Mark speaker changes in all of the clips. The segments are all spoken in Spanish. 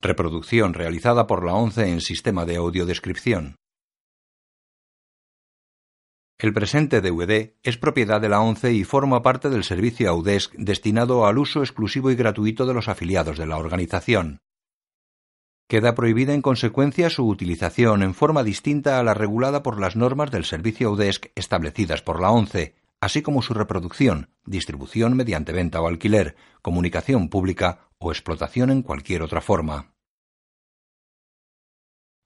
Speaker 1: Reproducción realizada por la ONCE en sistema de audiodescripción. El presente DVD es propiedad de la ONCE y forma parte del servicio AUDESC destinado al uso exclusivo y gratuito de los afiliados de la organización. Queda prohibida en consecuencia su utilización en forma distinta a la regulada por las normas del servicio AUDESC establecidas por la ONCE, así como su reproducción, distribución mediante venta o alquiler, comunicación pública o explotación en cualquier otra forma.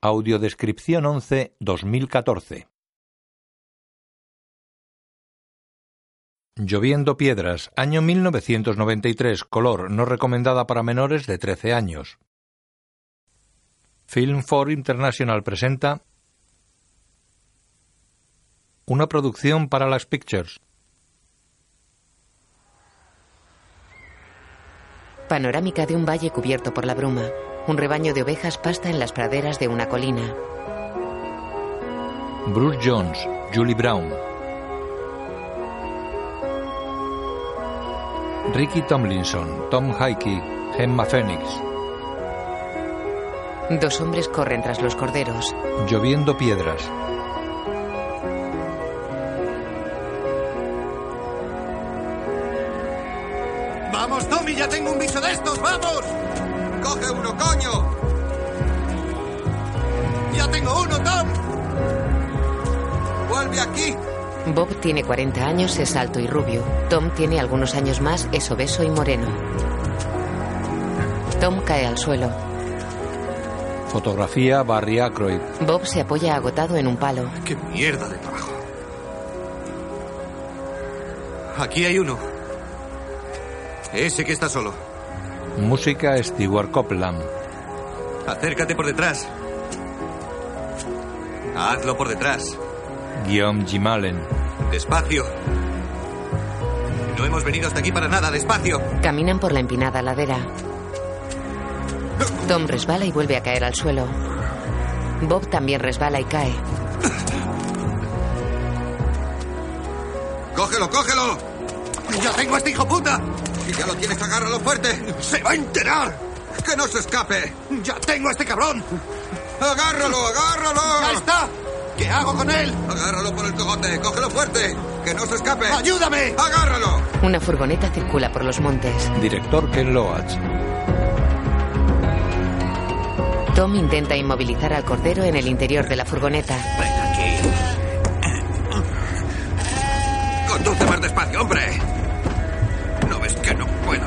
Speaker 1: Audiodescripción 11-2014 Lloviendo Piedras, año 1993, color no recomendada para menores de 13 años. Film 4 International presenta una producción para las Pictures.
Speaker 2: Panorámica de un valle cubierto por la bruma. Un rebaño de ovejas pasta en las praderas de una colina.
Speaker 1: Bruce Jones, Julie Brown, Ricky Tomlinson, Tom Hickey, Gemma Phoenix,
Speaker 2: Dos hombres corren tras los corderos.
Speaker 1: Lloviendo Piedras.
Speaker 3: ¡Vamos, Tommy! ¡Ya tengo un bicho de estos! ¡Vamos! ¡Coge uno, coño! ¡Ya tengo uno, Tom! ¡Vuelve aquí!
Speaker 2: Bob tiene 40 años, es alto y rubio. Tom tiene algunos años más, es obeso y moreno. Tom cae al suelo.
Speaker 1: Fotografía Barry Ackroyd.
Speaker 2: Bob se apoya agotado en un palo.
Speaker 3: Ah, ¡Qué mierda de trabajo! Aquí hay uno. Ese que está solo.
Speaker 1: Música Stewart Copeland.
Speaker 3: Acércate por detrás. Hazlo por detrás.
Speaker 1: Guillaume Jim Allen.
Speaker 3: Despacio. No hemos venido hasta aquí para nada. Despacio.
Speaker 2: Caminan por la empinada ladera. Tom resbala y vuelve a caer al suelo. Bob también resbala y cae.
Speaker 3: ¡Cógelo, cógelo! ¡Ya tengo a este hijo puta! Si ya lo tienes, agárralo fuerte. ¡Se va a enterar! ¡Que no se escape! ¡Ya tengo a este cabrón! ¡Agárralo, agárralo! ¡Ya está! ¿Qué hago con él? Agárralo por el cogote, cógelo fuerte. ¡Que no se escape! ¡Ayúdame! ¡Agárralo!
Speaker 2: Una furgoneta circula por los montes.
Speaker 1: Director Ken Loach.
Speaker 2: Tom intenta inmovilizar al cordero en el interior de la furgoneta.
Speaker 3: Ven aquí. Conduce más despacio, hombre. ¿No ves que no puedo?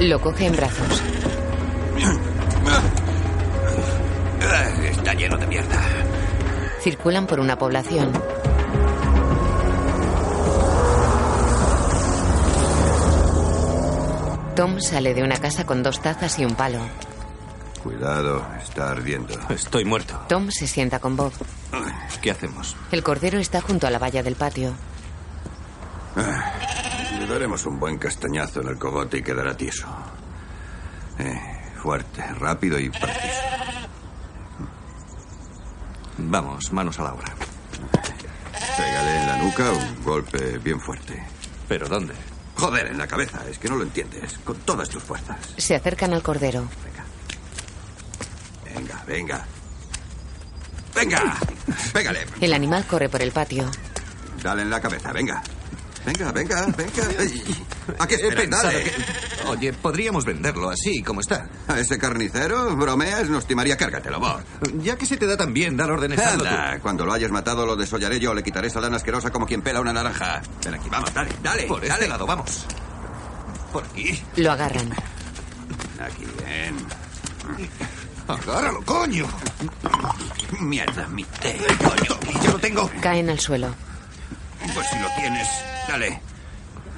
Speaker 2: Lo coge en brazos.
Speaker 3: Ah, Está lleno de mierda.
Speaker 2: Circulan por una población. Tom sale de una casa con dos tazas y un palo.
Speaker 4: Cuidado, está ardiendo.
Speaker 3: Estoy muerto.
Speaker 2: Tom se sienta con Bob.
Speaker 3: ¿Qué hacemos?
Speaker 2: El cordero está junto a la valla del patio.
Speaker 4: Ah, Le daremos un buen castañazo en el cogote y quedará tieso. Eh, fuerte, rápido y preciso.
Speaker 3: Vamos, manos a la obra.
Speaker 4: Pégale en la nuca un golpe bien fuerte.
Speaker 3: ¿Pero dónde?
Speaker 4: Joder, en la cabeza, es que no lo entiendes. Con todas tus fuerzas.
Speaker 2: Se acercan al cordero.
Speaker 4: Venga. Venga, venga. ¡Venga! Pégale.
Speaker 2: El animal corre por el patio.
Speaker 4: Dale en la cabeza, venga. Venga, venga, venga. Ay, ¿A qué
Speaker 3: He
Speaker 4: esperas?
Speaker 3: pensado
Speaker 4: Dale.
Speaker 3: que- Oye, podríamos venderlo así como está.
Speaker 4: ¿A ese carnicero? ¿Bromeas? Nos timaría, cárgatelo, Bob.
Speaker 3: Ya que se te da tan bien dar órdenes hazlo
Speaker 4: Anda, cuando lo hayas matado lo desollaré yo, le quitaré esa lana asquerosa como quien pela una naranja. Ven aquí, vamos, dale, dale.
Speaker 3: tú. Por
Speaker 4: dale.
Speaker 3: este lado, vamos. Por aquí.
Speaker 2: Lo agarran.
Speaker 4: Aquí, ven.
Speaker 3: Agárralo, coño.
Speaker 4: Mierda, mi té.
Speaker 3: Coño, yo lo tengo.
Speaker 2: Caen al suelo.
Speaker 4: Pues si lo tienes, dale.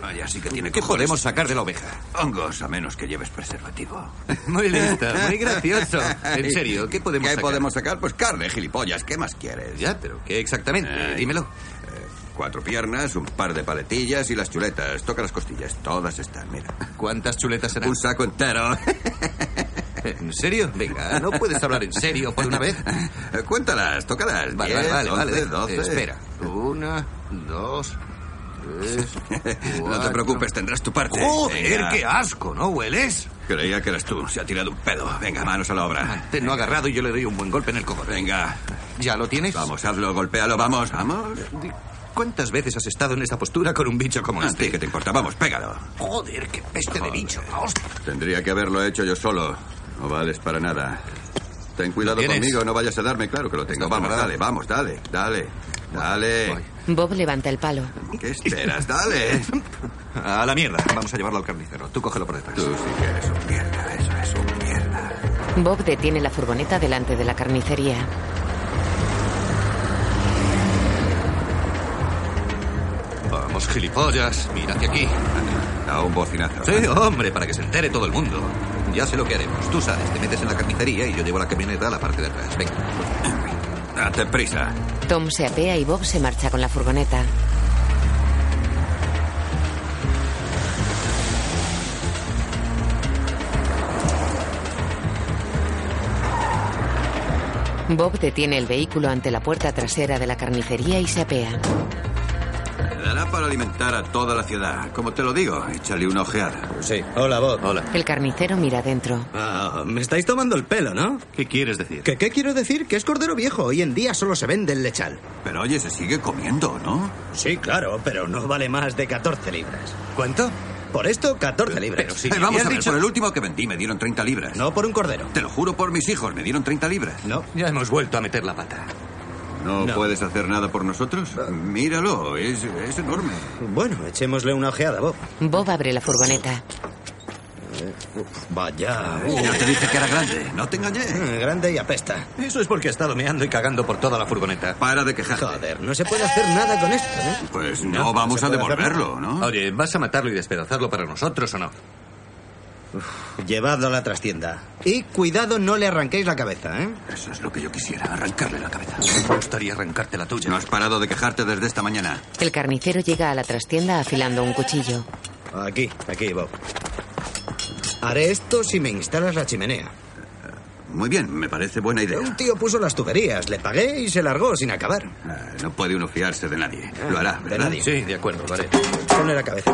Speaker 4: Vaya, sí que tiene
Speaker 3: ¿Qué
Speaker 4: que
Speaker 3: podemos sacar de la oveja?
Speaker 4: Hongos, a menos que lleves preservativo.
Speaker 3: Muy lista, muy gracioso. En serio, ¿qué podemos
Speaker 4: ¿Qué
Speaker 3: sacar?
Speaker 4: podemos sacar? Pues carne, gilipollas. ¿Qué más quieres?
Speaker 3: Ya, pero ¿qué exactamente?
Speaker 4: Ay.
Speaker 3: Dímelo.
Speaker 4: Cuatro piernas, un par de paletillas y las chuletas. Toca las costillas. Todas están, mira.
Speaker 3: ¿Cuántas chuletas serán?
Speaker 4: Un saco entero.
Speaker 3: ¿En serio? Venga, no puedes hablar en serio por una vez.
Speaker 4: Eh, Cuéntalas, tócalas.
Speaker 3: Vale,
Speaker 4: Diez,
Speaker 3: vale, vale,
Speaker 4: once,
Speaker 3: vale.
Speaker 4: doce.
Speaker 3: Espera. Una, dos,
Speaker 4: No te preocupes, tendrás tu parte.
Speaker 5: Joder,
Speaker 4: Venga.
Speaker 5: qué asco, ¿no hueles?
Speaker 4: Creía que eras tú. Se ha tirado un pedo. Venga, manos a la obra.
Speaker 5: Te no ha agarrado y yo le doy un buen golpe en el coco.
Speaker 4: Venga.
Speaker 5: ¿Ya lo tienes?
Speaker 4: Vamos, hazlo, golpéalo, vamos, vamos.
Speaker 5: ¿Cuántas veces has estado en esa postura con un bicho como
Speaker 4: A ti
Speaker 5: este?
Speaker 4: que te importa, vamos, pégalo.
Speaker 5: Joder, qué peste de bicho. Hostia.
Speaker 4: Tendría que haberlo hecho yo solo. No vales para nada. Ten cuidado
Speaker 5: ¿Lo tienes?
Speaker 4: conmigo, no vayas a darme, claro que lo tengo.
Speaker 5: ¿Estás
Speaker 4: Vamos,
Speaker 5: preparado?
Speaker 4: dale, vamos, dale, dale, dale.
Speaker 5: voy.
Speaker 2: Bob levanta el palo.
Speaker 4: ¿Qué esperas? Dale.
Speaker 5: A la mierda. Vamos a llevarlo al carnicero. Tú cógelo por detrás.
Speaker 4: Tú sí que eres un mierda, eso es un mierda.
Speaker 2: Bob detiene la furgoneta delante de la carnicería.
Speaker 5: Vamos, gilipollas. Mira hacia aquí.
Speaker 4: A un bocinazo.
Speaker 5: Sí, hombre, para que se entere todo el mundo. Ya sé lo que haremos. Tú sabes, te metes en la carnicería y yo llevo la camioneta a la parte de atrás. Venga.
Speaker 4: Date prisa.
Speaker 2: Tom se apea y Bob se marcha con la furgoneta. Bob detiene el vehículo ante la puerta trasera de la carnicería y se apea.
Speaker 4: Dará para alimentar a toda la ciudad. Como te lo digo, échale una ojeada.
Speaker 6: Pues Sí. Hola, Bob. Hola.
Speaker 2: El carnicero mira adentro.
Speaker 6: me estáis tomando el pelo, ¿no?
Speaker 5: ¿Qué quieres decir?
Speaker 6: ¿Que, ¿Qué quiero decir? Que es cordero viejo. Hoy en día solo se vende el lechal.
Speaker 4: Pero oye, se sigue comiendo, ¿no?
Speaker 6: Sí, claro, pero no vale más de 14 libras.
Speaker 5: ¿Cuánto?
Speaker 6: Por esto, 14 libras. Pero sí.
Speaker 4: Eh, vamos a ver, por el último que vendí me dieron 30 libras.
Speaker 6: No por un cordero.
Speaker 4: Te lo juro por mis hijos, me dieron 30 libras.
Speaker 6: No.
Speaker 5: Ya hemos vuelto a meter la pata.
Speaker 4: ¿No,
Speaker 6: No. Ah.
Speaker 4: puedes hacer nada por nosotros? Míralo, es, es enorme.
Speaker 6: Bueno, echémosle una ojeada, Bob.
Speaker 2: Bob abre la furgoneta.
Speaker 6: Vaya.
Speaker 4: Ya te dije que era grande, no te engañé.
Speaker 6: Mm, Grande y apesta.
Speaker 5: Eso es porque he estado meando y cagando por toda la furgoneta.
Speaker 4: Para de quejarte.
Speaker 6: Joder, no se puede hacer nada con esto, ¿eh?
Speaker 4: Pues
Speaker 6: No,
Speaker 4: no,
Speaker 6: no
Speaker 4: vamos
Speaker 6: se
Speaker 4: a
Speaker 6: puede hacer
Speaker 4: devolverlo, ¿no?
Speaker 5: Oye, ¿vas a matarlo y despedazarlo para nosotros o no?
Speaker 6: Llevadlo a la trastienda. Y cuidado, no le arranquéis la cabeza, ¿eh?
Speaker 4: Eso es lo que yo quisiera, arrancarle la cabeza.
Speaker 5: Me gustaría arrancarte la tuya.
Speaker 4: No has parado de quejarte desde esta mañana.
Speaker 2: El carnicero llega a la trastienda afilando un cuchillo.
Speaker 6: Aquí, aquí, Bob. Haré esto si me instalas la chimenea.
Speaker 4: Muy bien, me parece buena idea.
Speaker 6: Un tío puso las tuberías, le pagué y se largó sin acabar. Eh,
Speaker 4: Ah, No puede uno fiarse de nadie. Lo hará,
Speaker 6: de
Speaker 4: ¿verdad?
Speaker 6: nadie.
Speaker 5: Sí, de acuerdo, lo haré.
Speaker 6: Ponle la cabeza.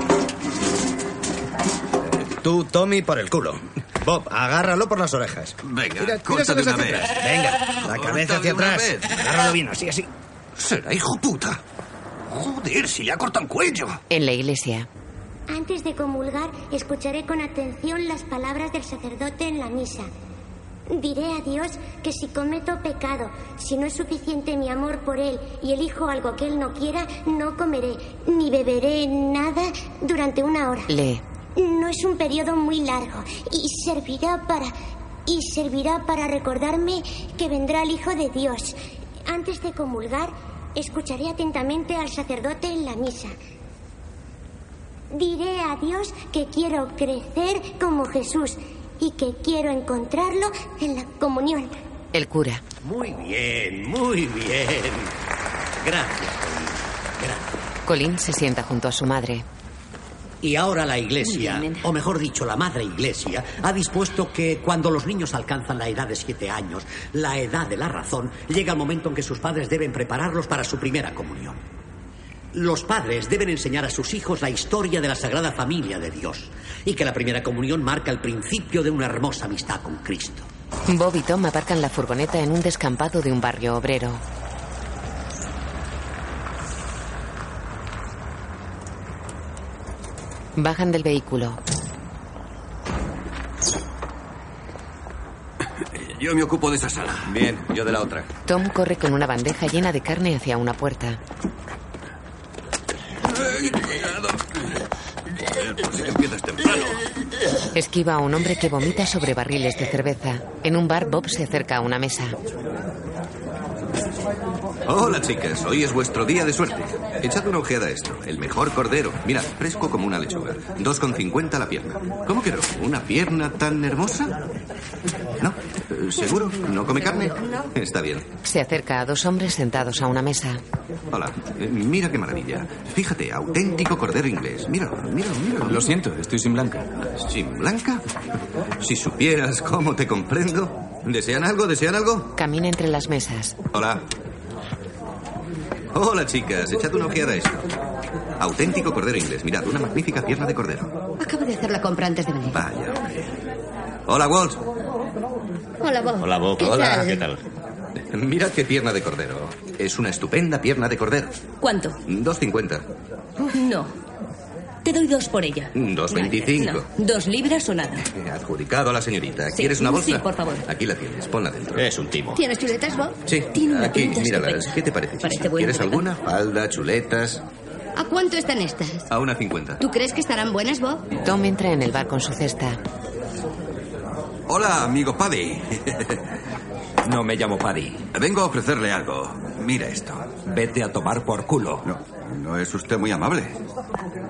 Speaker 6: Tú, Tommy, por el culo. Bob, agárralo por las orejas.
Speaker 4: Venga,
Speaker 6: Tira- tira
Speaker 4: corta de
Speaker 6: hacia
Speaker 4: una vez.
Speaker 6: atrás. Venga, la cabeza
Speaker 4: Corta de
Speaker 6: hacia
Speaker 4: una
Speaker 6: atrás.
Speaker 4: vez.
Speaker 6: Agárralo bien, así, así.
Speaker 5: Será hijo puta. Joder, si le ha cortado el cuello.
Speaker 2: En la iglesia,
Speaker 7: Antes de comulgar, escucharé con atención las palabras del sacerdote en la misa. Diré a Dios que si cometo pecado, si no es suficiente mi amor por Él y elijo algo que Él no quiera, no comeré ni beberé nada durante una hora.
Speaker 2: lee.
Speaker 7: No es un periodo muy largo y servirá para y servirá para recordarme que vendrá el Hijo de Dios. Antes de comulgar, escucharé atentamente al sacerdote en la misa. Diré a Dios que quiero crecer como Jesús y que quiero encontrarlo en la comunión.
Speaker 2: El cura.
Speaker 8: Muy bien, muy bien. Gracias.
Speaker 2: Colin se sienta junto a su madre.
Speaker 8: Y ahora la iglesia, o mejor dicho, la madre iglesia, ha dispuesto que cuando los niños alcanzan la edad de siete años, la edad de la razón, llega el momento en que sus padres deben prepararlos para su primera comunión. Los padres deben enseñar a sus hijos la historia de la Sagrada Familia de Dios y que la primera comunión marca el principio de una hermosa amistad con Cristo.
Speaker 2: Bob y Tom aparcan la furgoneta en un descampado de un barrio obrero. Bajan del vehículo.
Speaker 4: Eh, Yo me ocupo de esa sala. Eh,
Speaker 5: Bien, yo de la otra.
Speaker 2: Tom corre con una bandeja llena de carne hacia una puerta.
Speaker 4: Ay, eh, cuidado. Joder, Por si empiezas temprano.
Speaker 2: Esquiva a un hombre que vomita sobre barriles de cerveza. En un bar, Bob se acerca a una mesa.
Speaker 5: Hola, chicas. Hoy es vuestro día de suerte. Echad una ojeada a esto. El mejor cordero. Mirad, fresco como una lechuga. 2,50 la pierna. ¿Cómo que no? ¿Una pierna tan hermosa? ¿No? Eh, ¿Seguro? ¿No come carne? Está bien.
Speaker 2: Se acerca a dos hombres sentados a una mesa.
Speaker 5: Hola. Eh, Mira qué maravilla. Fíjate, auténtico cordero inglés. Míralo, míralo, míralo.
Speaker 9: Lo siento, estoy sin blanca.
Speaker 5: ¿Sin blanca? Si supieras cómo te comprendo. ¿Desean algo? ¿Desean algo?
Speaker 2: Camina entre las mesas.
Speaker 5: Hola. Hola, chicas. Echad una ojeada a esto.
Speaker 4: Auténtico cordero inglés. Mirad, una magnífica pierna de cordero.
Speaker 9: Acabo de hacer la compra antes de venir.
Speaker 4: Vaya, hombre. Hola, Walsh.
Speaker 9: Hola, Bob.
Speaker 10: Hola, Bob.
Speaker 9: ¿Qué
Speaker 10: Hola,
Speaker 9: tal?
Speaker 10: ¿qué tal?
Speaker 4: Mirad qué pierna de cordero. Es una estupenda pierna de cordero.
Speaker 11: ¿Cuánto?
Speaker 4: 2.50.
Speaker 11: No. Te doy dos por ella.
Speaker 4: 2.25.
Speaker 11: No, dos libras o nada.
Speaker 4: Eh, Adjudicado a la señorita.
Speaker 11: Sí,
Speaker 4: ¿Quieres una bolsa?
Speaker 11: sí, por favor.
Speaker 4: Aquí la tienes, ponla dentro.
Speaker 10: Es un timo.
Speaker 9: ¿Tienes chuletas, Bob?
Speaker 4: Sí,
Speaker 11: Tiene una
Speaker 4: aquí,
Speaker 11: pinta
Speaker 4: míralas.
Speaker 11: estupenda.
Speaker 4: ¿Qué te parece?
Speaker 11: Parece
Speaker 4: Chisi?
Speaker 11: buena,
Speaker 4: ¿Quieres
Speaker 11: ¿verdad?
Speaker 4: alguna? Falda, chuletas.
Speaker 9: ¿A cuánto están estas?
Speaker 4: A una 50.
Speaker 9: ¿Tú crees que estarán buenas, Bob?
Speaker 2: Tom entra en el bar con su cesta.
Speaker 4: Hola, amigo Paddy. no me llamo Paddy. Vengo a ofrecerle algo. Mira esto.
Speaker 10: Vete a tomar por culo.
Speaker 4: No, no es usted muy amable.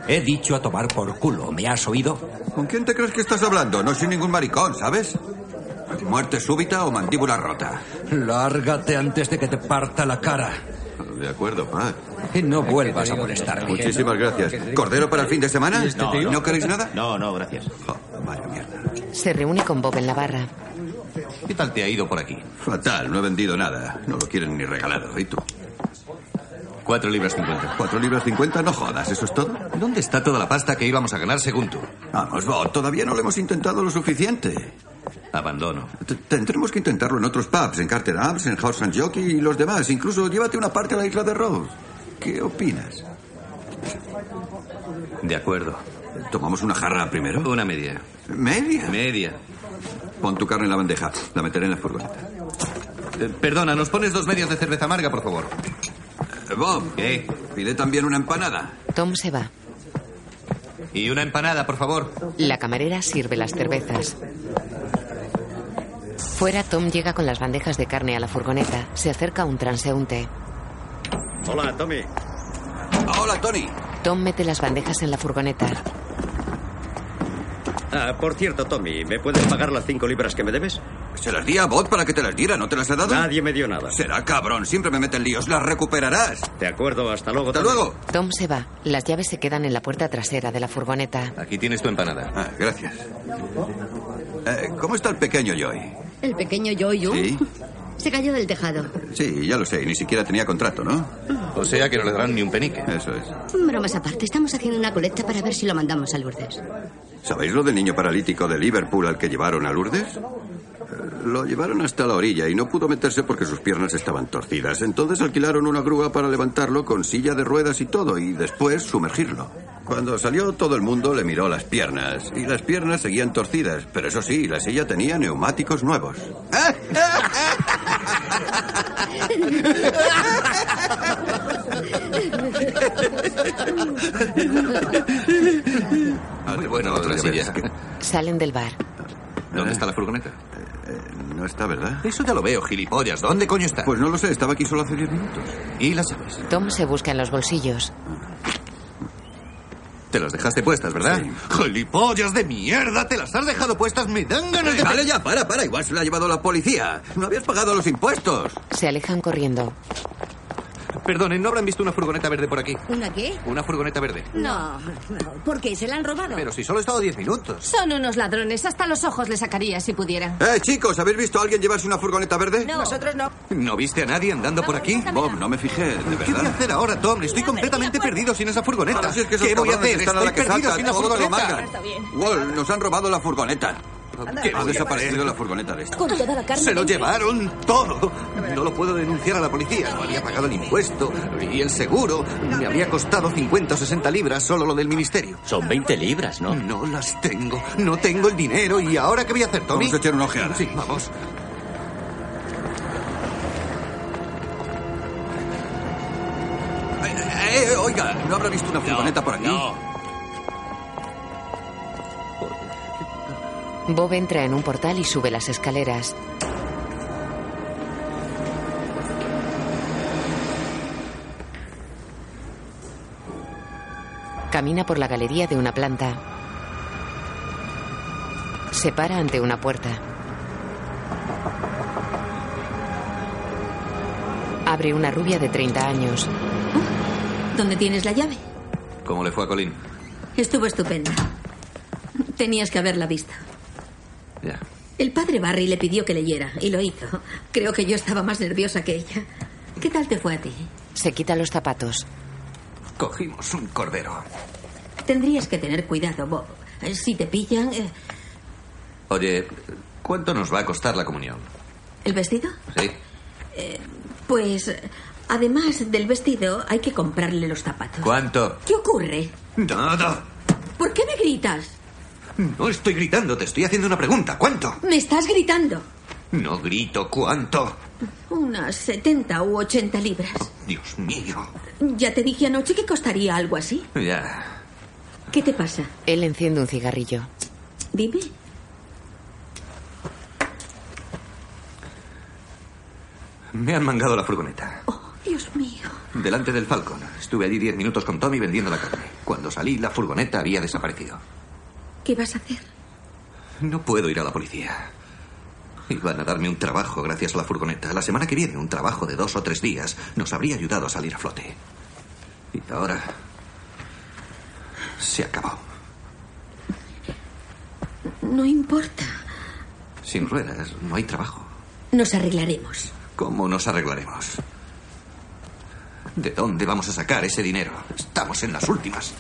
Speaker 10: He dicho a tomar por culo. ¿Me has oído?
Speaker 4: ¿Con quién te crees que estás hablando? No soy ningún maricón, ¿sabes? Muerte súbita o mandíbula rota.
Speaker 10: Lárgate antes de que te parta la cara.
Speaker 4: De acuerdo, Pat.
Speaker 10: Y no vuelvas a molestarme.
Speaker 4: Muchísimas gracias. ¿Cordero para el fin de semana? No, ¿No queréis nada?
Speaker 10: este No, no, gracias.
Speaker 4: Oh, vaya mierda.
Speaker 2: Se reúne con Bob en la barra.
Speaker 4: ¿Qué tal te ha ido por aquí? Fatal, no he vendido nada. No lo quieren ni regalado. ¿Y tú? Cuatro libras cincuenta. ¿Cuatro libras cincuenta? No jodas, ¿eso es todo? ¿Dónde está toda la pasta que íbamos a ganar según tú? Vamos, Bob, todavía no lo hemos intentado lo suficiente. Abandono. Tendremos que intentarlo en otros pubs, en Carter Arms, en House and Jockey y los demás. Incluso llévate una parte a la isla de Rose. ¿Qué opinas? De acuerdo. ¿Tomamos una jarra primero? Una media. ¿Media? Media. Pon tu carne en la bandeja. La meteré en la furgoneta. Eh, perdona, ¿nos pones dos medias de cerveza amarga, por favor? Eh, Bob. ¿Qué? Pide también una empanada.
Speaker 2: Tom se va.
Speaker 4: Y una empanada, por favor.
Speaker 2: La camarera sirve las cervezas. Fuera, Tom llega con las bandejas de carne a la furgoneta. Se acerca un transeúnte.
Speaker 10: Hola, Tommy.
Speaker 4: Hola, Tony.
Speaker 2: Tom mete las bandejas en la furgoneta.
Speaker 10: Ah, por cierto, Tommy, ¿me puedes pagar las cinco libras que me debes?
Speaker 4: Se las di a Bob para que te las diera. ¿No te las he dado?
Speaker 10: Nadie me dio nada.
Speaker 4: Será cabrón. Siempre me meten líos. Las recuperarás.
Speaker 10: De acuerdo, hasta luego.
Speaker 4: Hasta
Speaker 10: Tommy.
Speaker 4: luego.
Speaker 2: Tom se va. Las llaves se quedan en la puerta trasera de la furgoneta.
Speaker 10: Aquí tienes tu empanada.
Speaker 4: Ah, gracias. Eh, ¿Cómo está el pequeño Joy?
Speaker 9: El pequeño Yoyu
Speaker 4: Sí.
Speaker 9: se cayó del tejado.
Speaker 4: Sí, ya lo sé. Ni siquiera tenía contrato, ¿no?
Speaker 10: O sea que no le darán ni un penique.
Speaker 4: Eso es.
Speaker 9: Bromas aparte, estamos haciendo una colecta para ver si lo mandamos a Lourdes.
Speaker 4: ¿Sabéis lo del niño paralítico de Liverpool al que llevaron a Lourdes? Eh, Lo llevaron hasta la orilla y no pudo meterse porque sus piernas estaban torcidas. Entonces alquilaron una grúa para levantarlo con silla de ruedas y todo y después sumergirlo. Cuando salió todo el mundo le miró las piernas y las piernas seguían torcidas, pero eso sí, la silla tenía neumáticos nuevos. Muy bueno, otra silla.
Speaker 2: Salen del bar.
Speaker 4: ¿Dónde está
Speaker 10: la furgoneta?
Speaker 4: Eh, No está, ¿verdad?
Speaker 10: Eso ya lo veo, gilipollas. ¿Dónde coño está?
Speaker 4: Pues no lo sé, estaba aquí solo hace 10 minutos.
Speaker 10: y las llaves.
Speaker 2: Tom se busca en los bolsillos.
Speaker 10: Te las dejaste puestas, ¿verdad? ¡Gilipollas de mierda! ¡Te las has dejado puestas! ¡Me dan ganas de...
Speaker 4: Eh, Vale, ya, para, para. Igual se la ha llevado la policía. No habías pagado los impuestos.
Speaker 2: Se alejan corriendo.
Speaker 10: Perdonen, ¿no habrán visto una furgoneta verde por aquí?
Speaker 11: ¿Una qué?
Speaker 10: Una furgoneta verde.
Speaker 11: No, no. ¿Por qué? ¿Se la han robado?
Speaker 10: Pero si solo he estado 10 minutos.
Speaker 12: Son unos ladrones, hasta los ojos le sacaría si pudiera.
Speaker 4: Eh, chicos, ¿habéis visto a alguien llevarse una furgoneta verde?
Speaker 11: No.
Speaker 12: Nosotros no.
Speaker 10: ¿No viste a nadie andando por aquí?
Speaker 4: Bob, no me fijé, de
Speaker 10: ¿Qué voy a
Speaker 4: verdad.
Speaker 10: hacer ahora, Tom? Estoy completamente perdido sin esa furgoneta.
Speaker 4: Ahora sí es que esos
Speaker 10: ¿Qué voy a
Speaker 4: cabrones
Speaker 10: hacer?
Speaker 4: están a
Speaker 10: Estoy
Speaker 4: la que
Speaker 10: perdido
Speaker 4: saltan,
Speaker 10: sin la
Speaker 4: todo lo
Speaker 10: furgoneta.
Speaker 4: marcan. Wall, nos han robado la furgoneta.
Speaker 10: ¿Qué
Speaker 4: Ha
Speaker 10: voy a
Speaker 4: desaparecido la furgoneta de esta.
Speaker 11: Con toda la carne.
Speaker 10: Se lo
Speaker 11: dentro.
Speaker 10: llevaron todo. No lo puedo denunciar a la policía. No había pagado el impuesto y el seguro. Me habría costado 50 o 60 libras solo lo del ministerio.
Speaker 6: Son 20 libras,
Speaker 10: No, no las tengo. No tengo el dinero. ¿Y ahora qué voy a hacer, Tommy?
Speaker 4: Vamos a echar una ojeada.
Speaker 10: Sí, vamos.
Speaker 4: Eh, eh, eh, oiga, ¿no habrá visto una furgoneta por aquí?
Speaker 2: Bob entra en un portal y sube las escaleras. Camina por la galería de una planta. Se para ante una puerta. Abre una rubia de 30 años.
Speaker 9: ¿Dónde tienes la llave?
Speaker 4: ¿Cómo le fue a Colin?
Speaker 9: Estuvo estupenda. Tenías que haberla visto.
Speaker 4: Ya.
Speaker 9: El padre Barry le pidió que leyera y lo hizo. Creo que yo estaba más nerviosa que ella. ¿Qué tal te fue a ti?
Speaker 2: Se quita los zapatos.
Speaker 4: Cogimos un cordero.
Speaker 11: Tendrías que tener cuidado, Bob. Eh, Si te pillan. eh,
Speaker 13: Oye, ¿cuánto nos va a costar la comunión?
Speaker 11: ¿El vestido?
Speaker 13: Sí.
Speaker 11: Eh, pues. eh, Además del vestido, hay que comprarle los zapatos.
Speaker 13: ¿Cuánto?
Speaker 11: ¿Qué ocurre?
Speaker 4: Nada.
Speaker 11: ¿Por qué me gritas?
Speaker 4: No estoy gritando, te estoy haciendo una pregunta. ¿Cuánto?
Speaker 11: Me estás gritando.
Speaker 4: No grito, ¿cuánto?
Speaker 11: Unas 70 u 80 libras.
Speaker 4: Dios mío.
Speaker 11: Ya te dije anoche que costaría algo así.
Speaker 4: Ya.
Speaker 11: ¿Qué te pasa?
Speaker 2: Él enciende un cigarrillo.
Speaker 11: Dime.
Speaker 4: Me han mangado la furgoneta.
Speaker 11: Dios mío.
Speaker 4: Delante del Falcon. Estuve allí diez minutos con Tommy vendiendo la carne. Cuando salí, la furgoneta había desaparecido.
Speaker 11: ¿Qué vas a hacer?
Speaker 4: No puedo ir a la policía. Iban a darme un trabajo gracias a la furgoneta. La semana que viene, un trabajo de dos o tres días nos habría ayudado a salir a flote. Y ahora... Se acabó.
Speaker 11: No importa.
Speaker 4: Sin ruedas, no hay trabajo.
Speaker 11: Nos arreglaremos.
Speaker 4: ¿Cómo nos arreglaremos? ¿De dónde vamos a sacar ese dinero? Estamos en las últimas.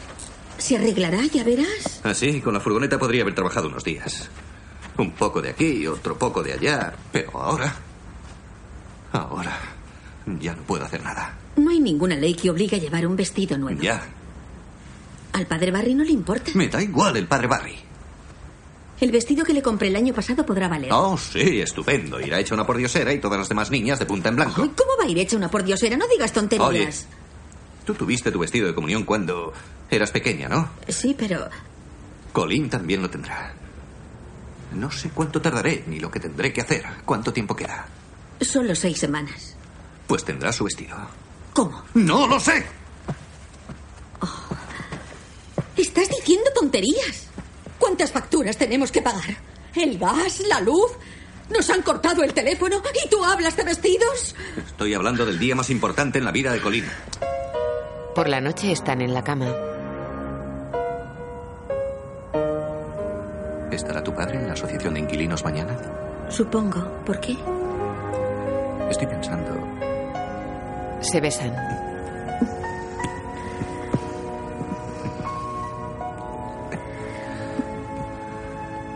Speaker 11: Se arreglará, ya verás.
Speaker 4: Así, con la furgoneta podría haber trabajado unos días. Un poco de aquí, otro poco de allá. Pero ahora... Ahora... Ya no puedo hacer nada.
Speaker 11: No hay ninguna ley que obligue a llevar un vestido nuevo.
Speaker 4: Ya.
Speaker 11: Al padre Barry no le importa.
Speaker 4: Me da igual el padre Barry.
Speaker 11: El vestido que le compré el año pasado podrá valer.
Speaker 4: Oh, sí, estupendo. Irá hecha una pordiosera y todas las demás niñas de punta en blanco.
Speaker 11: ¿Cómo va a ir hecha una pordiosera? No digas
Speaker 4: Oye,
Speaker 11: tonterías.
Speaker 4: tú tuviste tu vestido de comunión cuando eras pequeña, ¿no?
Speaker 11: Sí, pero
Speaker 4: Colin también lo tendrá. No sé cuánto tardaré ni lo que tendré que hacer. ¿Cuánto tiempo queda?
Speaker 11: solo seis semanas.
Speaker 4: Pues tendrá su vestido.
Speaker 11: ¿Cómo?
Speaker 4: ¡No lo sé!
Speaker 11: Estás diciendo tonterías. ¿Cuántas facturas tenemos que pagar? ¿El gas? ¿La luz? ¿Nos han cortado el teléfono? ¿Y tú hablas de vestidos?
Speaker 4: Estoy hablando del día más importante en la vida de Colin.
Speaker 2: Por la noche están en la cama.
Speaker 4: ¿Estará tu padre en la asociación de inquilinos mañana?
Speaker 11: Supongo. ¿Por qué?
Speaker 4: Estoy pensando.
Speaker 2: Se besan.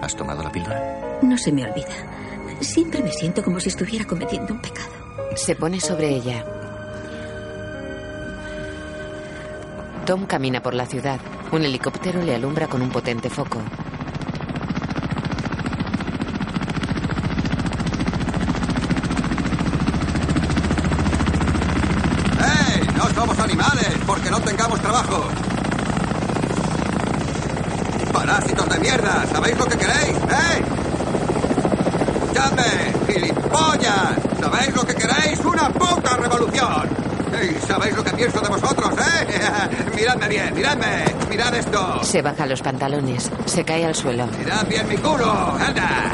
Speaker 4: ¿Has tomado la píldora?
Speaker 11: No se me olvida. Siempre me siento como si estuviera cometiendo un pecado.
Speaker 2: Se pone sobre ella. Tom camina por la ciudad. Un helicóptero le alumbra con un potente foco.
Speaker 3: ¡Ey! No somos animales porque no tengamos trabajo. Parásitos de mierda, ¿sabéis lo que queréis? eh? ¡Ey! ¡Escuchadme! ¡Gilipollas! ¿Sabéis lo que queréis? ¡Una puta revolución! ¿Y sabéis lo que pienso de vosotros, eh? miradme bien, miradme. Mirad esto.
Speaker 2: Se baja los pantalones. Se cae al suelo.
Speaker 3: Mirad bien mi culo. Anda.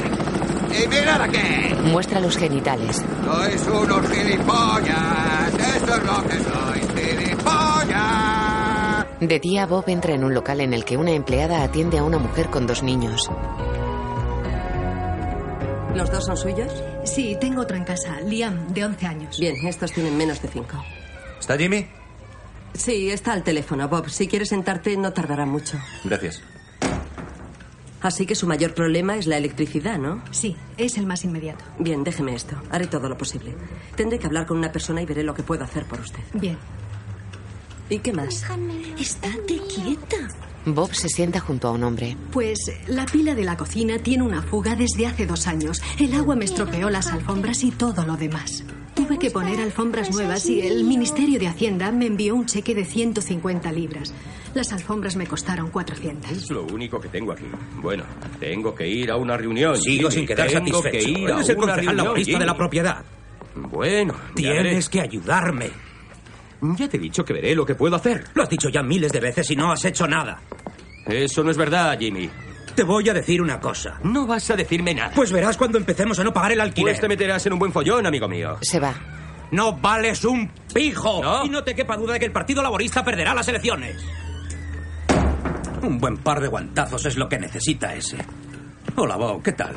Speaker 3: Y mirad aquí.
Speaker 2: Muestra los genitales.
Speaker 3: Sois unos gilipollas. Eso es lo que sois. Gilipollas.
Speaker 2: De día, Bob entra en un local en el que una empleada atiende a una mujer con dos niños.
Speaker 14: ¿Los dos son suyos? Sí, tengo otro en casa, Liam, de 11 años. Bien, estos tienen menos de 5.
Speaker 13: ¿Está Jimmy?
Speaker 14: Sí, está al teléfono, Bob. Si quieres sentarte, no tardará mucho.
Speaker 13: Gracias.
Speaker 14: Así que su mayor problema es la electricidad, ¿no? Sí, es el más inmediato. Bien, déjeme esto. Haré todo lo posible. Tendré que hablar con una persona y veré lo que puedo hacer por usted.
Speaker 15: Bien.
Speaker 14: ¿Y qué más?
Speaker 15: Estate quieta.
Speaker 2: Bob se sienta junto a un hombre.
Speaker 14: Pues
Speaker 15: la
Speaker 14: pila de la cocina tiene una fuga
Speaker 15: desde hace dos años.
Speaker 14: El agua me estropeó las alfombras y todo lo demás. Tuve que poner alfombras nuevas y el Ministerio de Hacienda me envió un cheque de 150 libras. Las alfombras me costaron 400.
Speaker 16: Es lo único que tengo aquí. Bueno, tengo que ir a una reunión.
Speaker 6: Sigo
Speaker 16: Jimmy.
Speaker 6: sin quedar
Speaker 16: tengo
Speaker 6: satisfecho.
Speaker 16: Que ir a
Speaker 6: Eres el
Speaker 16: una
Speaker 6: concejal
Speaker 16: reunión,
Speaker 6: laborista de la
Speaker 16: Jimmy.
Speaker 6: propiedad.
Speaker 16: Bueno, ya
Speaker 6: Tienes
Speaker 16: veré.
Speaker 6: que ayudarme.
Speaker 16: Ya te he dicho que veré lo que puedo hacer.
Speaker 6: Lo has dicho ya miles de veces y no has hecho nada.
Speaker 16: Eso no es verdad, Jimmy.
Speaker 6: Te voy a decir una cosa.
Speaker 16: No vas a decirme nada.
Speaker 6: Pues verás cuando empecemos a no pagar el alquiler.
Speaker 16: Pues te meterás en un buen follón, amigo mío.
Speaker 2: Se va.
Speaker 6: No vales un pijo. Y no te quepa duda de que el Partido Laborista perderá las elecciones. Un buen par de guantazos es lo que necesita ese. Hola, Bob, ¿qué tal?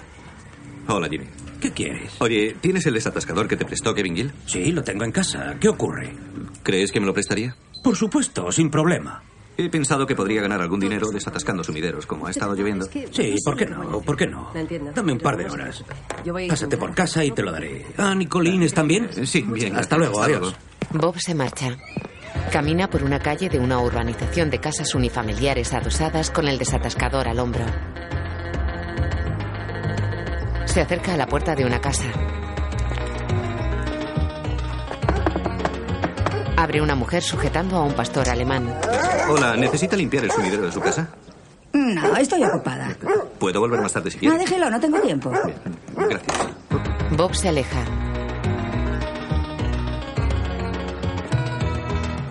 Speaker 4: Hola, Jimmy.
Speaker 6: ¿Qué quieres?
Speaker 4: Oye, ¿tienes el desatascador que te prestó Kevin Gill?
Speaker 6: Sí, lo tengo en casa. ¿Qué ocurre?
Speaker 4: ¿Crees que me lo prestaría?
Speaker 17: Por supuesto, sin problema.
Speaker 4: He pensado que podría ganar algún dinero desatascando sumideros, como ha estado lloviendo.
Speaker 17: Sí, ¿por qué no? ¿Por qué no? Dame un par de horas.
Speaker 4: Yo voy
Speaker 17: Pásate por casa y te lo daré. Ah, Nicolín, ¿están bien?
Speaker 4: Sí, bien.
Speaker 17: Hasta luego, adiós.
Speaker 2: Bob se marcha. Camina por una calle de una urbanización de casas unifamiliares adosadas con el desatascador al hombro. Se acerca a la puerta de una casa. Abre una mujer sujetando a un pastor alemán.
Speaker 4: Hola, ¿necesita limpiar el sumidero de su casa?
Speaker 11: No, estoy ocupada.
Speaker 4: Puedo volver más tarde si
Speaker 11: No,
Speaker 4: quiere.
Speaker 11: déjelo, no tengo tiempo.
Speaker 4: Gracias.
Speaker 2: Bob se aleja.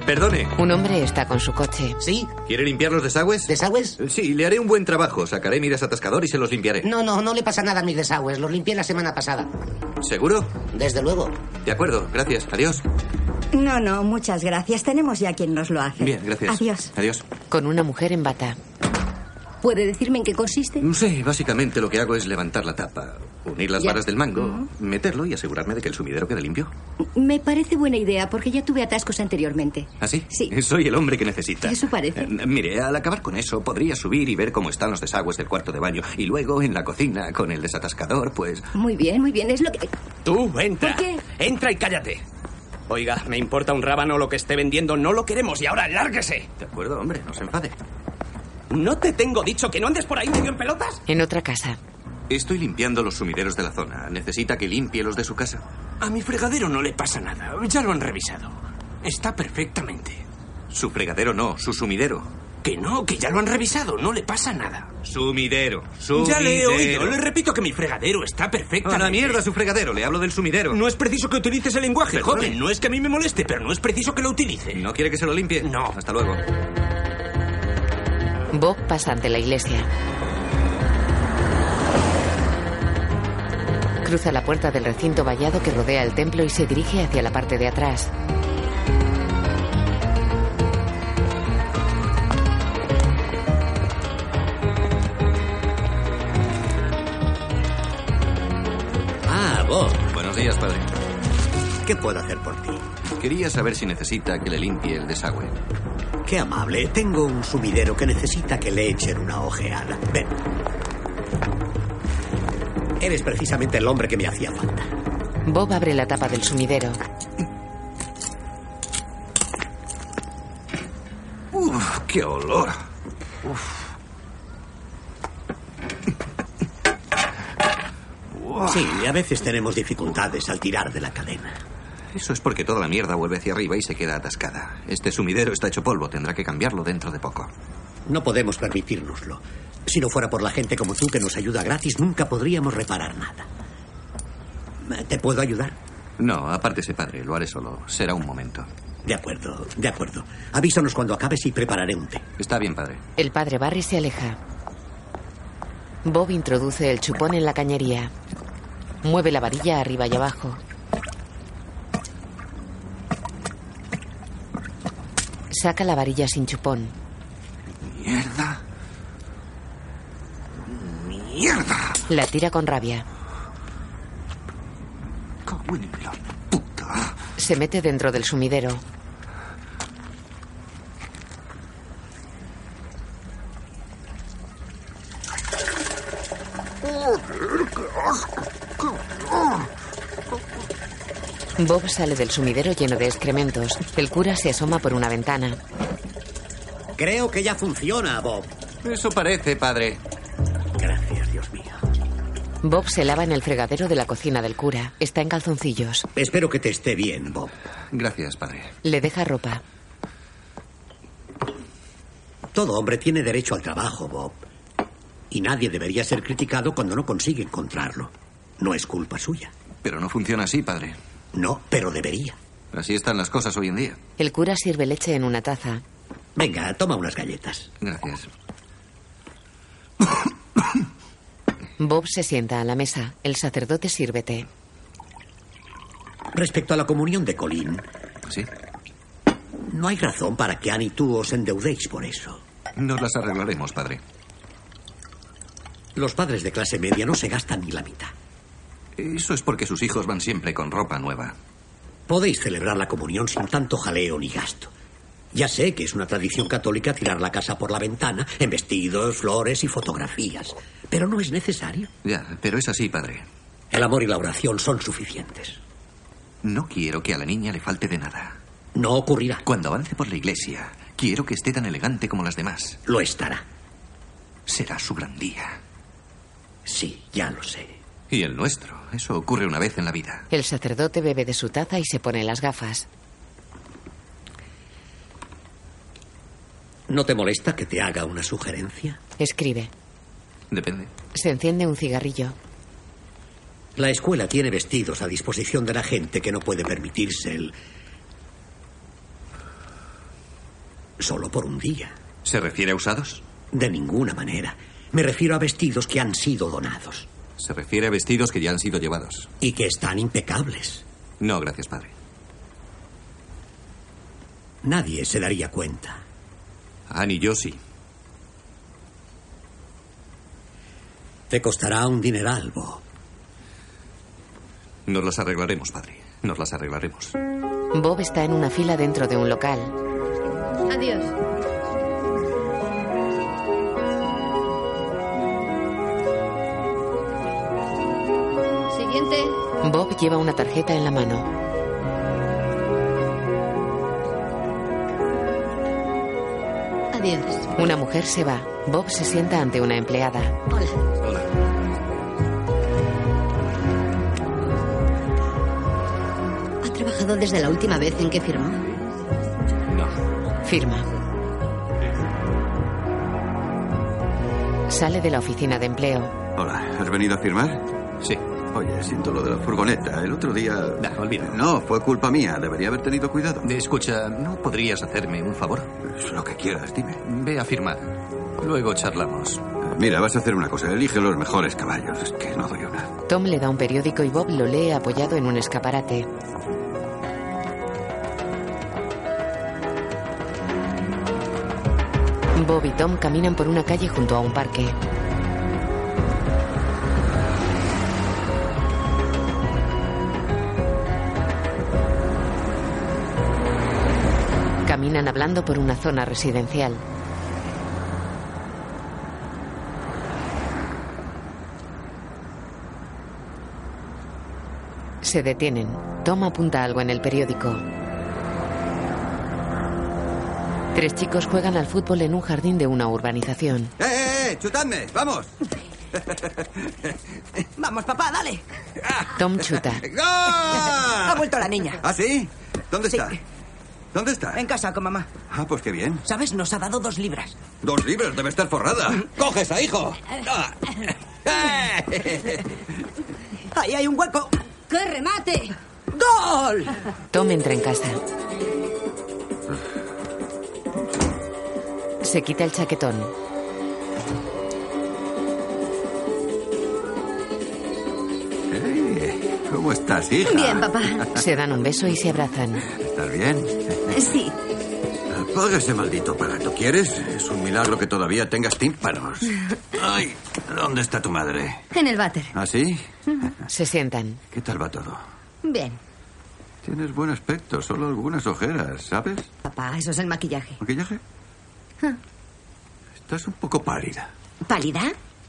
Speaker 4: Perdone.
Speaker 2: Un hombre está con su coche.
Speaker 4: ¿Sí? ¿Quiere limpiar los desagües?
Speaker 18: ¿Desagües?
Speaker 4: Sí, le haré un buen trabajo. Sacaré mi desatascador y se los limpiaré.
Speaker 18: No, no, no le pasa nada a mis desagües. Los limpié la semana pasada.
Speaker 4: ¿Seguro?
Speaker 18: Desde luego.
Speaker 4: De acuerdo, gracias. Adiós.
Speaker 11: No, no, muchas gracias. Tenemos ya quien nos lo hace.
Speaker 4: Bien, gracias.
Speaker 11: Adiós.
Speaker 4: Adiós.
Speaker 2: Con una mujer en bata.
Speaker 11: ¿Puede decirme en qué consiste?
Speaker 4: Sí, básicamente lo que hago es levantar la tapa, unir las
Speaker 11: Ya.
Speaker 4: varas del mango, meterlo y asegurarme de que el sumidero quede limpio.
Speaker 12: Me parece buena idea porque ya tuve atascos anteriormente.
Speaker 4: ¿Así?
Speaker 12: Sí.
Speaker 4: Soy el hombre que necesita.
Speaker 12: Eso parece.
Speaker 4: Eh, Mire, al acabar con eso, podría subir y ver cómo están los desagües del cuarto de baño. Y luego, en la cocina, con el desatascador, pues...
Speaker 12: Muy bien, muy bien. Es lo que.
Speaker 6: Tú, entra.
Speaker 12: ¿Por qué?
Speaker 6: Entra y cállate. Oiga, me importa un rábano lo que esté vendiendo, no lo queremos y ahora lárguese.
Speaker 4: De acuerdo, hombre, no se enfade.
Speaker 6: ¿No te tengo dicho que no andes por ahí medio en pelotas?
Speaker 2: En otra casa.
Speaker 4: Estoy limpiando los sumideros de la zona. Necesita que limpie los de su casa.
Speaker 6: A mi fregadero no le pasa nada, ya lo han revisado. Está perfectamente.
Speaker 4: Su fregadero no, su sumidero.
Speaker 6: Que no, que ya lo han revisado, no le pasa nada.
Speaker 4: Sumidero, sumidero.
Speaker 6: Ya le he oído, le repito que mi fregadero está perfectamente.
Speaker 4: A la mierda su fregadero, le hablo del sumidero.
Speaker 6: No es preciso que utilices el lenguaje,
Speaker 4: Perdone.
Speaker 6: joven. No es que a mí me moleste, pero no es preciso que lo utilice.
Speaker 4: ¿No quiere que se lo limpie? No. Hasta luego.
Speaker 2: Bob pasa ante la iglesia. Cruza la puerta del recinto vallado que rodea el templo y se dirige hacia la parte de atrás.
Speaker 4: Ah, vos. Buenos días, padre.
Speaker 19: ¿Qué puedo hacer por ti?
Speaker 4: Quería saber si necesita que le limpie el desagüe.
Speaker 19: Qué amable. Tengo un sumidero que necesita que le echen una ojeada. Ven. Eres precisamente el hombre que me hacía falta.
Speaker 2: Bob abre la tapa del sumidero.
Speaker 4: Uf, qué olor. Uf.
Speaker 19: Sí, a veces tenemos dificultades al tirar de la cadena.
Speaker 4: Eso es porque toda la mierda vuelve hacia arriba y se queda atascada. Este sumidero está hecho polvo, tendrá que cambiarlo dentro de poco.
Speaker 19: No podemos permitírnoslo. Si no fuera por la gente como tú que nos ayuda gratis, nunca podríamos reparar nada. Eh, ¿Te puedo ayudar?
Speaker 4: No, apártese, padre, lo haré solo. Será un momento.
Speaker 19: De acuerdo, de acuerdo. Avísanos cuando acabes y prepararé un té.
Speaker 4: Está bien, padre.
Speaker 2: El padre Barry se aleja. Bob introduce el chupón en la cañería. Mueve la varilla arriba y abajo. Saca la varilla sin chupón.
Speaker 4: Mierda. Mierda.
Speaker 2: La tira con rabia. Se mete dentro del sumidero. Bob sale del sumidero lleno de excrementos. El cura se asoma por una ventana.
Speaker 19: Creo que ya funciona, Bob.
Speaker 4: Eso parece, padre.
Speaker 19: Gracias, Dios mío.
Speaker 2: Bob se lava en el fregadero de la cocina del cura. Está en calzoncillos.
Speaker 19: Espero que te esté bien, Bob.
Speaker 4: Gracias, padre.
Speaker 2: Le deja ropa.
Speaker 19: Todo hombre tiene derecho al trabajo, Bob. Y nadie debería ser criticado cuando no consigue encontrarlo. No es culpa suya.
Speaker 4: Pero no funciona así, padre.
Speaker 19: No, pero debería.
Speaker 4: Así están las cosas hoy en día.
Speaker 2: El cura sirve leche en una taza.
Speaker 19: Venga, toma unas galletas.
Speaker 4: Gracias.
Speaker 2: Bob se sienta a la mesa. El sacerdote sirve té.
Speaker 19: Respecto a la comunión de Colín.
Speaker 4: Sí.
Speaker 19: No hay razón para que Anne y tú os endeudéis por eso.
Speaker 4: Nos las arreglaremos, padre.
Speaker 19: Los padres de clase media no se gastan ni la mitad.
Speaker 4: Eso es porque sus hijos van siempre con ropa nueva.
Speaker 19: Podéis celebrar la comunión sin tanto jaleo ni gasto. Ya sé que es una tradición católica tirar la casa por la ventana en vestidos, flores y fotografías, pero no es necesario.
Speaker 6: Ya, pero es así, padre.
Speaker 19: El amor y la oración son suficientes.
Speaker 6: No quiero que a la niña le falte de nada.
Speaker 19: No ocurrirá.
Speaker 6: Cuando avance por la iglesia, quiero que esté tan elegante como las demás.
Speaker 19: Lo estará.
Speaker 6: Será su gran día.
Speaker 19: Sí, ya lo sé.
Speaker 6: Y el nuestro. Eso ocurre una vez en la vida.
Speaker 2: El sacerdote bebe de su taza y se pone las gafas.
Speaker 19: ¿No te molesta que te haga una sugerencia?
Speaker 2: Escribe.
Speaker 6: Depende.
Speaker 2: Se enciende un cigarrillo.
Speaker 19: La escuela tiene vestidos a disposición de la gente que no puede permitirse el... Solo por un día.
Speaker 6: ¿Se refiere a usados?
Speaker 19: De ninguna manera. Me refiero a vestidos que han sido donados.
Speaker 6: Se refiere a vestidos que ya han sido llevados.
Speaker 19: Y que están impecables.
Speaker 6: No, gracias, padre.
Speaker 19: Nadie se daría cuenta.
Speaker 6: Annie y yo sí.
Speaker 19: Te costará un dineral, Bo.
Speaker 6: Nos las arreglaremos, padre. Nos las arreglaremos.
Speaker 2: Bob está en una fila dentro de un local.
Speaker 20: Adiós. Siguiente.
Speaker 2: Bob lleva una tarjeta en la mano.
Speaker 20: Adiós.
Speaker 2: Una mujer se va. Bob se sienta ante una empleada.
Speaker 20: Hola.
Speaker 11: ¿Ha trabajado desde la última vez en que firmó?
Speaker 2: Firma. Sale de la oficina de empleo.
Speaker 4: Hola, ¿has venido a firmar?
Speaker 6: Sí.
Speaker 4: Oye, siento lo de la furgoneta. El otro día. No, No, fue culpa mía. Debería haber tenido cuidado.
Speaker 6: Escucha, ¿no podrías hacerme un favor?
Speaker 4: Es lo que quieras, dime. Eh,
Speaker 6: Ve a firmar. Luego charlamos.
Speaker 4: Mira, vas a hacer una cosa. Elige los mejores caballos. Es que no doy una.
Speaker 2: Tom le da un periódico y Bob lo lee apoyado en un escaparate. Bob y Tom caminan por una calle junto a un parque. Caminan hablando por una zona residencial. Se detienen. Tom apunta algo en el periódico. Tres chicos juegan al fútbol en un jardín de una urbanización.
Speaker 21: ¡Eh, eh, eh! ¡Chutadme! ¡Vamos!
Speaker 17: Vamos, papá, dale.
Speaker 2: Tom chuta.
Speaker 17: Ha vuelto la niña.
Speaker 4: ¿Ah, sí? ¿Dónde
Speaker 17: Sí.
Speaker 4: está? ¿Dónde está?
Speaker 17: En casa con mamá.
Speaker 4: Ah, pues qué bien.
Speaker 17: ¿Sabes? Nos ha dado dos libras.
Speaker 4: Dos libras, debe estar forrada. ¡Coge esa, hijo! Ah.
Speaker 17: Ahí hay un hueco.
Speaker 20: ¡Qué remate!
Speaker 17: ¡Gol!
Speaker 2: Tom entra en casa. Se quita el chaquetón.
Speaker 4: Eh, ¿Cómo estás, hija?
Speaker 11: Bien, papá.
Speaker 2: Se dan un beso y se abrazan.
Speaker 4: ¿Estás bien?
Speaker 11: Sí.
Speaker 4: Apaga ese maldito aparato, ¿quieres? Es un milagro que todavía tengas tímpanos. Ay, ¿dónde está tu madre?
Speaker 11: En el váter.
Speaker 4: ¿Ah, sí?
Speaker 2: Se sientan.
Speaker 4: ¿Qué tal va todo?
Speaker 11: Bien.
Speaker 4: Tienes buen aspecto, solo algunas ojeras, ¿sabes?
Speaker 11: Papá, eso es el maquillaje.
Speaker 4: ¿Maquillaje?
Speaker 11: Ah.
Speaker 4: Estás un poco pálida.
Speaker 11: ¿Pálida?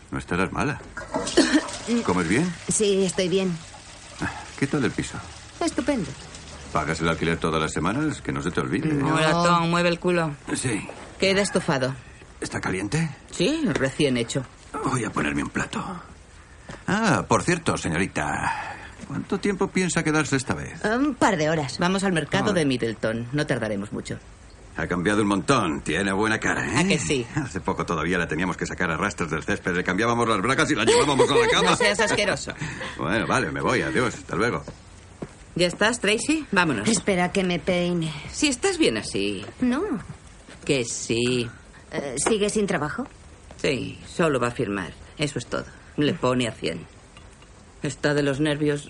Speaker 4: No estarás mala. ¿Comes bien?
Speaker 11: Sí, estoy bien.
Speaker 4: ¿Qué tal el piso?
Speaker 11: Estupendo.
Speaker 4: ¿Pagas el alquiler todas las semanas? Que no se te olvide. ¿eh?
Speaker 12: Hola, Tom, mueve el culo.
Speaker 4: Sí.
Speaker 12: Queda estofado.
Speaker 4: ¿Está caliente?
Speaker 12: Sí, recién hecho.
Speaker 4: Voy a ponerme un plato. Ah, por cierto, señorita. ¿Cuánto tiempo piensa quedarse esta vez?
Speaker 12: Un par de horas. Vamos al mercado
Speaker 4: Ah.
Speaker 12: de Middleton. No tardaremos mucho.
Speaker 4: Ha cambiado un montón. Tiene buena cara, ¿eh?
Speaker 12: ¿A que sí?
Speaker 4: Hace poco todavía la teníamos que sacar a rastras del césped. Le cambiábamos las bragas y la llevábamos a la cama.
Speaker 12: No seas asqueroso.
Speaker 4: Bueno, vale, me voy. Adiós. Hasta luego. ¿eh?
Speaker 12: ¿Ya estás, Tracy? Vámonos.
Speaker 11: Espera que me peine.
Speaker 12: Si estás bien así.
Speaker 11: No.
Speaker 12: Que sí.
Speaker 11: Eh, ¿Sigue sin trabajo?
Speaker 12: Sí, solo va a firmar. Eso es todo. Le pone a 100. Está de los nervios.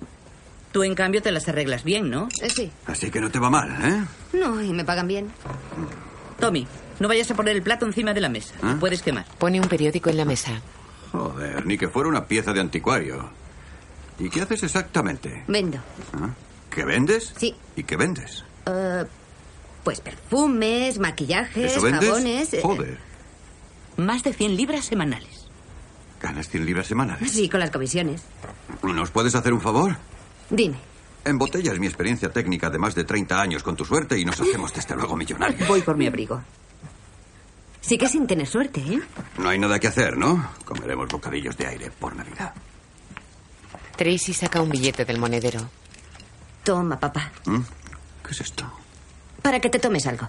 Speaker 12: Tú, en cambio, te las arreglas bien, ¿no?
Speaker 11: Eh, sí.
Speaker 4: Así que no te va mal, ¿eh?
Speaker 11: No, y me pagan bien.
Speaker 12: Tommy, no vayas a poner el plato encima de la mesa. Lo puedes quemar.
Speaker 2: Pone un periódico en la mesa.
Speaker 4: Joder, ni que fuera una pieza de anticuario. ¿Y qué haces exactamente?
Speaker 11: Vendo.
Speaker 4: ¿Qué vendes?
Speaker 11: Sí.
Speaker 4: ¿Y qué vendes?
Speaker 11: Eh,
Speaker 12: Pues perfumes, maquillajes,
Speaker 4: ¿Eso vendes?
Speaker 12: jabones. eh,
Speaker 4: Joder.
Speaker 12: Más de 100 libras semanales.
Speaker 4: ¿Ganas 100 libras semanales?
Speaker 12: Sí, con las comisiones.
Speaker 4: ¿Nos puedes hacer un favor?
Speaker 12: Dime.
Speaker 4: Embotellas mi experiencia técnica de más de 30 años con tu suerte y nos hacemos desde luego millonarios.
Speaker 12: Voy por mi abrigo. Sí que sin tener suerte, ¿eh?
Speaker 4: No hay nada que hacer, ¿no? Comeremos bocadillos de aire por Navidad.
Speaker 2: Tracy saca un billete del monedero.
Speaker 12: Toma, papá.
Speaker 4: ¿Mm? ¿Qué es esto?
Speaker 12: Para que te tomes algo.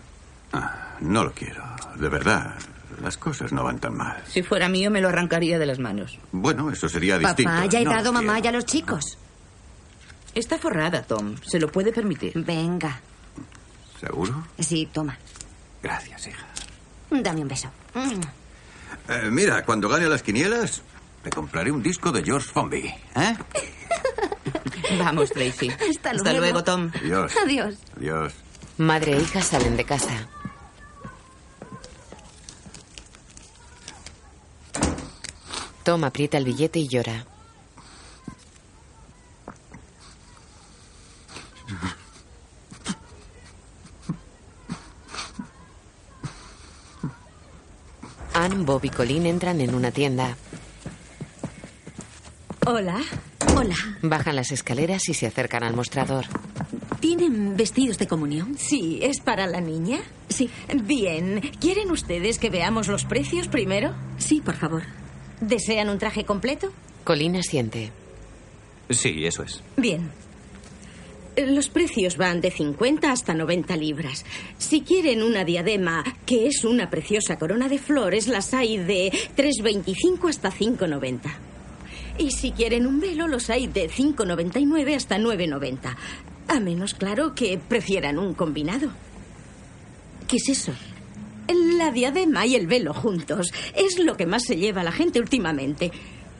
Speaker 4: No lo quiero. De verdad, las cosas no van tan mal.
Speaker 22: Si fuera mío, me lo arrancaría de las manos.
Speaker 4: Bueno, eso sería distinto.
Speaker 12: Papá, ya he
Speaker 4: No lo
Speaker 12: dado
Speaker 4: quiero.
Speaker 12: mamá ya a los chicos.
Speaker 22: Está forrada, Tom. Se lo puede permitir.
Speaker 12: Venga.
Speaker 4: ¿Seguro?
Speaker 12: Sí, toma.
Speaker 4: Gracias, hija.
Speaker 12: Dame un beso.
Speaker 4: Eh, mira, cuando gane las quinielas, te compraré un disco de George Formby. ¿Eh?
Speaker 22: Vamos, Tracy.
Speaker 12: Hasta
Speaker 22: Hasta luego, Tom.
Speaker 4: Adiós.
Speaker 12: Adiós.
Speaker 4: Adiós.
Speaker 2: Madre e hija salen de casa. Tom aprieta el billete y llora. Ann, Bob y Colin entran en una tienda.
Speaker 12: Hola. Hola.
Speaker 2: Bajan las escaleras y se acercan al mostrador.
Speaker 11: ¿Tienen vestidos de comunión? Sí, ¿es para la niña? Sí. Bien. ¿Quieren ustedes que veamos los precios primero? Sí, por favor. ¿Desean un traje completo?
Speaker 2: Colin asiente.
Speaker 23: Sí, eso es.
Speaker 11: Bien. Los precios van de 50 hasta 90 libras. Si quieren una diadema, que es una preciosa corona de flores, las hay de 3,25 hasta 5,90. Y si quieren un velo, los hay de 5,99 hasta 9,90. A menos, claro, que prefieran un combinado. ¿Qué es eso? La diadema y el velo juntos. Es lo que más se lleva la gente últimamente.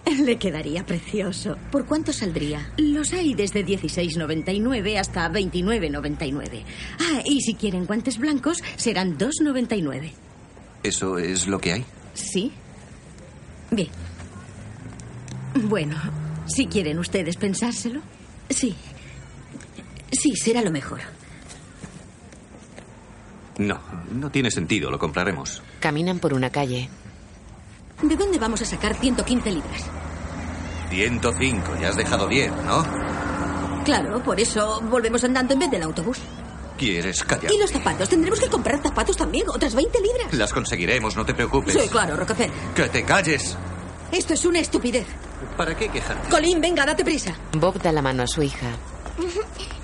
Speaker 11: Le quedaría precioso. ¿Por cuánto saldría? Los hay desde 16,99 hasta 29,99. Ah, y si quieren guantes blancos, serán 2,99.
Speaker 4: ¿Eso es lo que hay?
Speaker 11: ¿Sí? Bien. Bueno, si quieren ustedes pensárselo. Sí. Sí, será lo mejor.
Speaker 4: No, no tiene sentido, lo compraremos.
Speaker 2: Caminan por una calle.
Speaker 24: ¿De dónde vamos a sacar 115 libras?
Speaker 4: 105, ya has dejado 10, ¿no?
Speaker 24: Claro, por eso volvemos andando en vez del autobús.
Speaker 4: ¿Quieres callar?
Speaker 24: ¿Y los zapatos? Tendremos que comprar zapatos también, otras 20 libras.
Speaker 4: Las conseguiremos, no te preocupes.
Speaker 24: Sí, claro, Rockefeller.
Speaker 4: ¡Que te calles!
Speaker 24: Esto es una estupidez.
Speaker 4: ¿Para qué quejarte?
Speaker 24: Colin, venga, date prisa.
Speaker 2: Bob da la mano a su hija.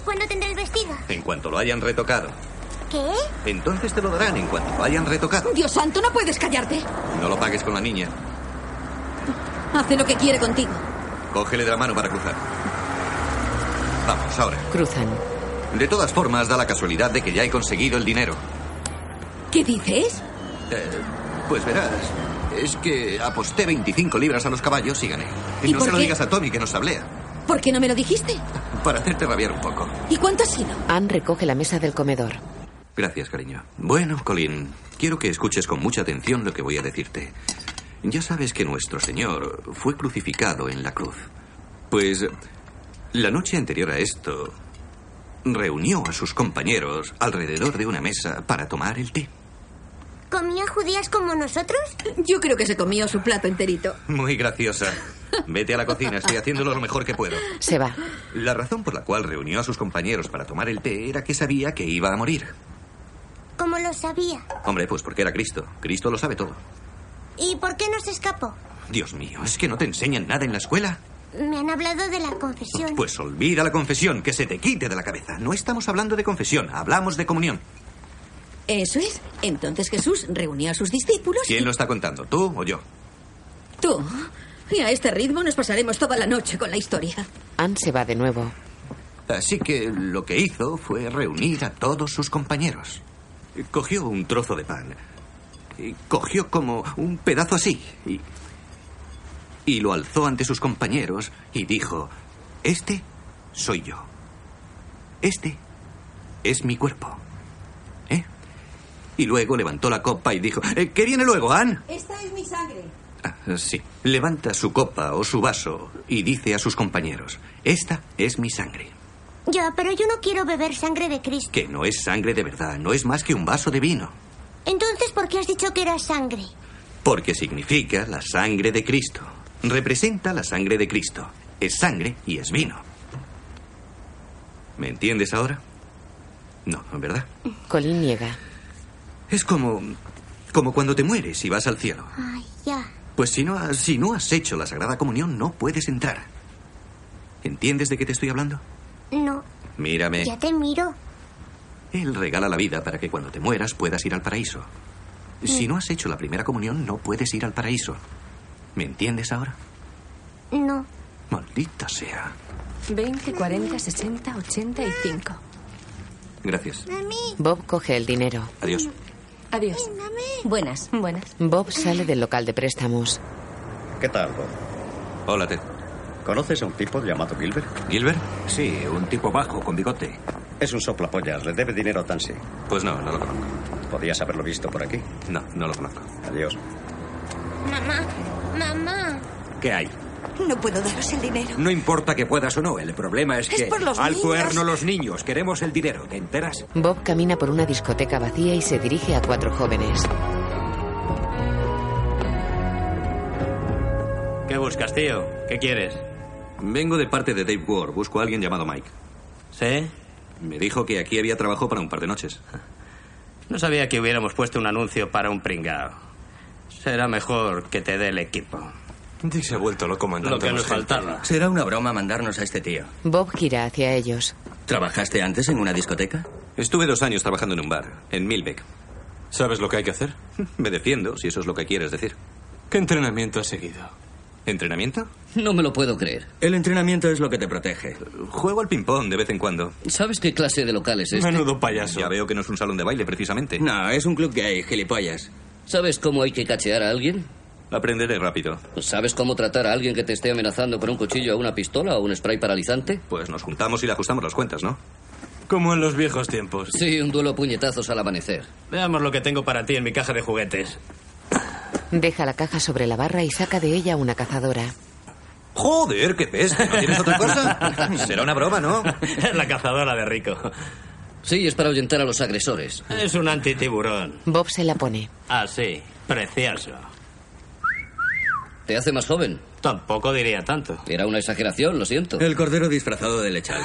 Speaker 7: ¿Cuándo tendré el vestido?
Speaker 4: En cuanto lo hayan retocado.
Speaker 7: ¿Qué?
Speaker 4: Entonces te lo darán en cuanto lo hayan retocado.
Speaker 24: Dios santo, no puedes callarte.
Speaker 4: No lo pagues con la niña.
Speaker 24: Hace lo que quiere contigo.
Speaker 4: Cógele de la mano para cruzar. Vamos, ahora.
Speaker 2: Cruzan.
Speaker 4: De todas formas, da la casualidad de que ya he conseguido el dinero.
Speaker 24: ¿Qué dices?
Speaker 4: Eh, pues verás, es que aposté 25 libras a los caballos y gané. Y,
Speaker 24: ¿Y
Speaker 4: no
Speaker 24: por
Speaker 4: se lo
Speaker 24: qué?
Speaker 4: digas a Tommy que nos hablea,
Speaker 24: ¿Por qué no me lo dijiste?
Speaker 4: para hacerte rabiar un poco.
Speaker 24: ¿Y cuánto ha sido?
Speaker 2: Ann recoge la mesa del comedor.
Speaker 4: Gracias, cariño. Bueno, Colin, quiero que escuches con mucha atención lo que voy a decirte. Ya sabes que nuestro Señor fue crucificado en la cruz. Pues la noche anterior a esto, reunió a sus compañeros alrededor de una mesa para tomar el té.
Speaker 7: ¿Comía judías como nosotros?
Speaker 24: Yo creo que se comió su plato enterito.
Speaker 4: Muy graciosa. Vete a la cocina, estoy haciéndolo lo mejor que puedo.
Speaker 2: Se va.
Speaker 4: La razón por la cual reunió a sus compañeros para tomar el té era que sabía que iba a morir.
Speaker 7: Como lo sabía.
Speaker 4: Hombre, pues porque era Cristo. Cristo lo sabe todo.
Speaker 7: ¿Y por qué no se escapó?
Speaker 4: Dios mío, ¿es que no te enseñan nada en la escuela?
Speaker 7: Me han hablado de la confesión.
Speaker 4: Pues olvida la confesión, que se te quite de la cabeza. No estamos hablando de confesión, hablamos de comunión.
Speaker 24: Eso es. Entonces Jesús reunió a sus discípulos.
Speaker 4: ¿Quién lo está contando, tú o yo?
Speaker 24: Tú. Y a este ritmo nos pasaremos toda la noche con la historia.
Speaker 2: Ann se va de nuevo.
Speaker 4: Así que lo que hizo fue reunir a todos sus compañeros. Cogió un trozo de pan. y Cogió como un pedazo así. Y, y lo alzó ante sus compañeros y dijo, este soy yo. Este es mi cuerpo. ¿Eh? Y luego levantó la copa y dijo, "Eh, ¿qué viene luego, Ann?
Speaker 24: Esta es mi sangre.
Speaker 4: Eh, Sí. Levanta su copa o su vaso y dice a sus compañeros, esta es mi sangre.
Speaker 7: Ya, pero yo no quiero beber sangre de Cristo.
Speaker 4: Que no es sangre de verdad, no es más que un vaso de vino.
Speaker 7: Entonces, ¿por qué has dicho que era sangre?
Speaker 4: Porque significa la sangre de Cristo. Representa la sangre de Cristo. Es sangre y es vino. ¿Me entiendes ahora? No, ¿verdad?
Speaker 2: Colin niega.
Speaker 4: Es como. como cuando te mueres y vas al cielo.
Speaker 7: Ay, ya.
Speaker 4: Pues si no, has- si no has hecho la Sagrada Comunión, no puedes entrar. ¿Entiendes de qué te estoy hablando?
Speaker 7: No,
Speaker 4: Mírame.
Speaker 7: ya te miro.
Speaker 4: Él regala la vida para que cuando te mueras puedas ir al paraíso. Si no has hecho la primera comunión, no puedes ir al paraíso. ¿Me entiendes ahora?
Speaker 7: No.
Speaker 4: Maldita sea.
Speaker 11: 20, 40, 60, 85.
Speaker 4: Gracias.
Speaker 2: Bob coge el dinero.
Speaker 4: Adiós.
Speaker 11: Adiós. Buenas. Buenas.
Speaker 2: Bob sale del local de préstamos.
Speaker 25: ¿Qué tal, Bob?
Speaker 4: Hola, Ted.
Speaker 25: ¿Conoces a un tipo llamado Gilbert?
Speaker 4: ¿Gilbert?
Speaker 25: Sí, un tipo bajo, con bigote. Es un soplapollas, le debe dinero a Tansy.
Speaker 4: Pues no, no lo conozco.
Speaker 25: ¿Podías haberlo visto por aquí?
Speaker 4: No, no lo conozco.
Speaker 25: Adiós.
Speaker 7: Mamá, mamá.
Speaker 25: ¿Qué hay?
Speaker 26: No puedo daros el dinero.
Speaker 9: No importa que puedas o no, el problema es
Speaker 26: Es
Speaker 9: que
Speaker 26: por los
Speaker 9: al
Speaker 26: niños.
Speaker 9: cuerno los niños, queremos el dinero, ¿te enteras?
Speaker 2: Bob camina por una discoteca vacía y se dirige a cuatro jóvenes.
Speaker 16: ¿Qué buscas, tío? ¿Qué quieres?
Speaker 4: Vengo de parte de Dave Ward. Busco a alguien llamado Mike.
Speaker 16: ¿Sí?
Speaker 4: Me dijo que aquí había trabajo para un par de noches.
Speaker 16: No sabía que hubiéramos puesto un anuncio para un pringao. Será mejor que te dé el equipo.
Speaker 9: Dick se ha vuelto loco mandando
Speaker 16: Lo que nos
Speaker 9: más gente.
Speaker 16: faltaba.
Speaker 9: Será una broma mandarnos a este tío.
Speaker 2: Bob gira hacia ellos.
Speaker 9: ¿Trabajaste antes en una discoteca?
Speaker 4: Estuve dos años trabajando en un bar, en Milbeck. ¿Sabes lo que hay que hacer? Me defiendo, si eso es lo que quieres decir.
Speaker 9: ¿Qué entrenamiento has seguido?
Speaker 4: ¿Entrenamiento?
Speaker 9: No me lo puedo creer.
Speaker 4: El entrenamiento es lo que te protege. Juego al ping-pong de vez en cuando.
Speaker 9: ¿Sabes qué clase de local es este?
Speaker 4: Menudo payaso. Ya veo que no es un salón de baile, precisamente.
Speaker 9: No, es un club gay, gilipollas. ¿Sabes cómo hay que cachear a alguien?
Speaker 4: Aprenderé rápido.
Speaker 9: ¿Sabes cómo tratar a alguien que te esté amenazando con un cuchillo o una pistola o un spray paralizante?
Speaker 4: Pues nos juntamos y le ajustamos las cuentas, ¿no?
Speaker 9: Como en los viejos tiempos. Sí, un duelo a puñetazos al amanecer.
Speaker 6: Veamos lo que tengo para ti en mi caja de juguetes.
Speaker 2: Deja la caja sobre la barra y saca de ella una cazadora.
Speaker 4: Joder, qué peste. ¿No tienes otra cosa? Será una broma, ¿no?
Speaker 9: La cazadora de rico. Sí, es para ahuyentar a los agresores.
Speaker 6: Es un antitiburón.
Speaker 2: Bob se la pone.
Speaker 6: Ah, sí. Precioso.
Speaker 9: ¿Te hace más joven?
Speaker 6: Tampoco diría tanto.
Speaker 9: Era una exageración, lo siento.
Speaker 6: El
Speaker 9: cordero disfrazado de lechal.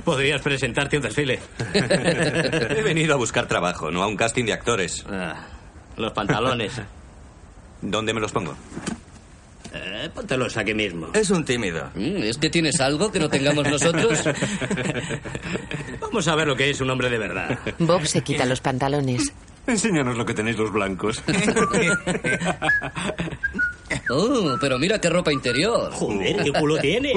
Speaker 6: Podrías presentarte un desfile.
Speaker 4: He venido a buscar trabajo, no a un casting de actores.
Speaker 6: Ah, los pantalones.
Speaker 4: ¿Dónde me los pongo?
Speaker 6: Eh, póntelos aquí mismo.
Speaker 9: Es un tímido. Mm, ¿Es que tienes algo que no tengamos nosotros?
Speaker 6: Vamos a ver lo que es un hombre de verdad.
Speaker 2: Bob se quita los pantalones.
Speaker 9: Enséñanos lo que tenéis los blancos. oh, pero mira qué ropa interior.
Speaker 6: Joder, qué culo tiene.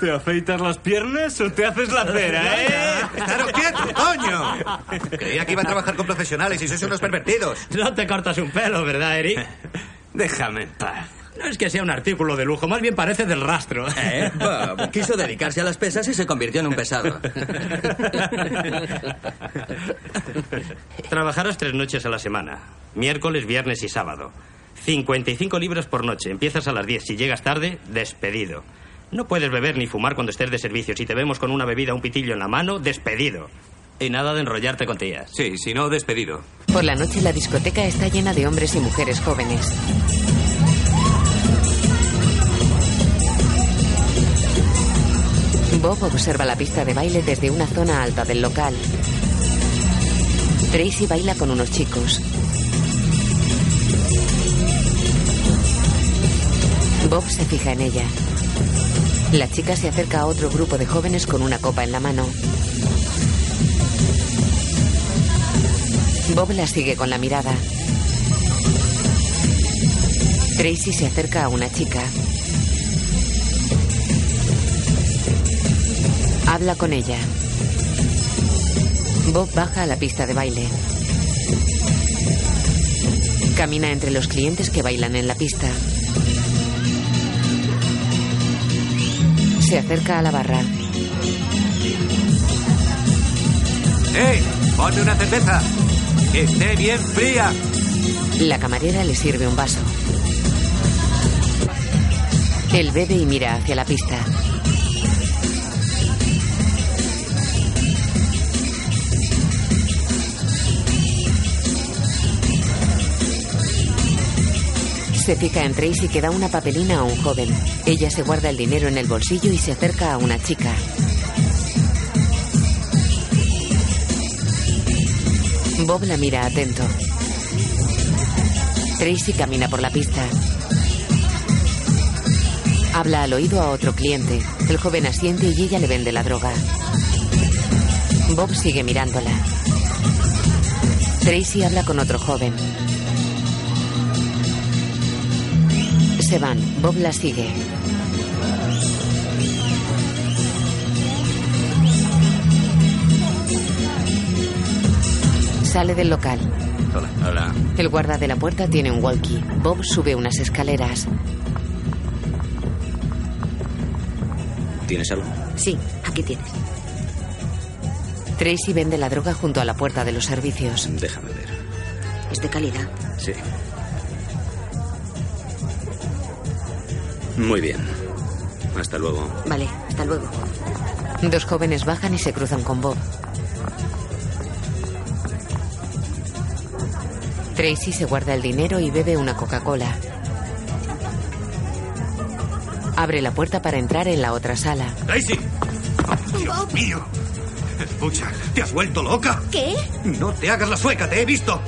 Speaker 27: ¿Te afeitas las piernas o te haces la cera, eh?
Speaker 4: ¡Estaros quietos, coño! Creía que iba a trabajar con profesionales y sois unos pervertidos.
Speaker 6: No te cortas un pelo, ¿verdad, Eric? Déjame en paz. No es que sea un artículo de lujo, más bien parece del rastro.
Speaker 9: ¿Eh? Bob, quiso dedicarse a las pesas y se convirtió en un pesado.
Speaker 6: Trabajarás tres noches a la semana. Miércoles, viernes y sábado. 55 libras por noche. Empiezas a las 10. Si llegas tarde, despedido. No puedes beber ni fumar cuando estés de servicio. Si te vemos con una bebida o un pitillo en la mano, despedido. Y nada de enrollarte con tías.
Speaker 4: Sí, si no, despedido.
Speaker 2: Por la noche la discoteca está llena de hombres y mujeres jóvenes. Bob observa la pista de baile desde una zona alta del local. Tracy baila con unos chicos. Bob se fija en ella. La chica se acerca a otro grupo de jóvenes con una copa en la mano. Bob la sigue con la mirada. Tracy se acerca a una chica. Habla con ella. Bob baja a la pista de baile. Camina entre los clientes que bailan en la pista. Se acerca a la barra.
Speaker 4: ¡Eh! ¡Ponme una cerveza! ¡Que esté bien fría!
Speaker 2: La camarera le sirve un vaso. Él bebe y mira hacia la pista. Se fija en Tracy que da una papelina a un joven. Ella se guarda el dinero en el bolsillo y se acerca a una chica. Bob la mira atento. Tracy camina por la pista. Habla al oído a otro cliente. El joven asiente y ella le vende la droga. Bob sigue mirándola. Tracy habla con otro joven. Se van. Bob la sigue. Sale del local.
Speaker 28: Hola. Hola.
Speaker 2: El guarda de la puerta tiene un walkie. Bob sube unas escaleras.
Speaker 29: ¿Tienes algo?
Speaker 11: Sí, aquí tienes.
Speaker 2: Tracy vende la droga junto a la puerta de los servicios.
Speaker 29: Déjame ver.
Speaker 11: Es de calidad.
Speaker 29: Sí. Muy bien. Hasta luego.
Speaker 11: Vale, hasta luego.
Speaker 2: Dos jóvenes bajan y se cruzan con Bob. Tracy se guarda el dinero y bebe una Coca-Cola. Abre la puerta para entrar en la otra sala.
Speaker 5: ¡Daisy! ¡Dios mío! Escucha, ¿te has vuelto loca?
Speaker 7: ¿Qué?
Speaker 5: No te hagas la sueca, te he visto.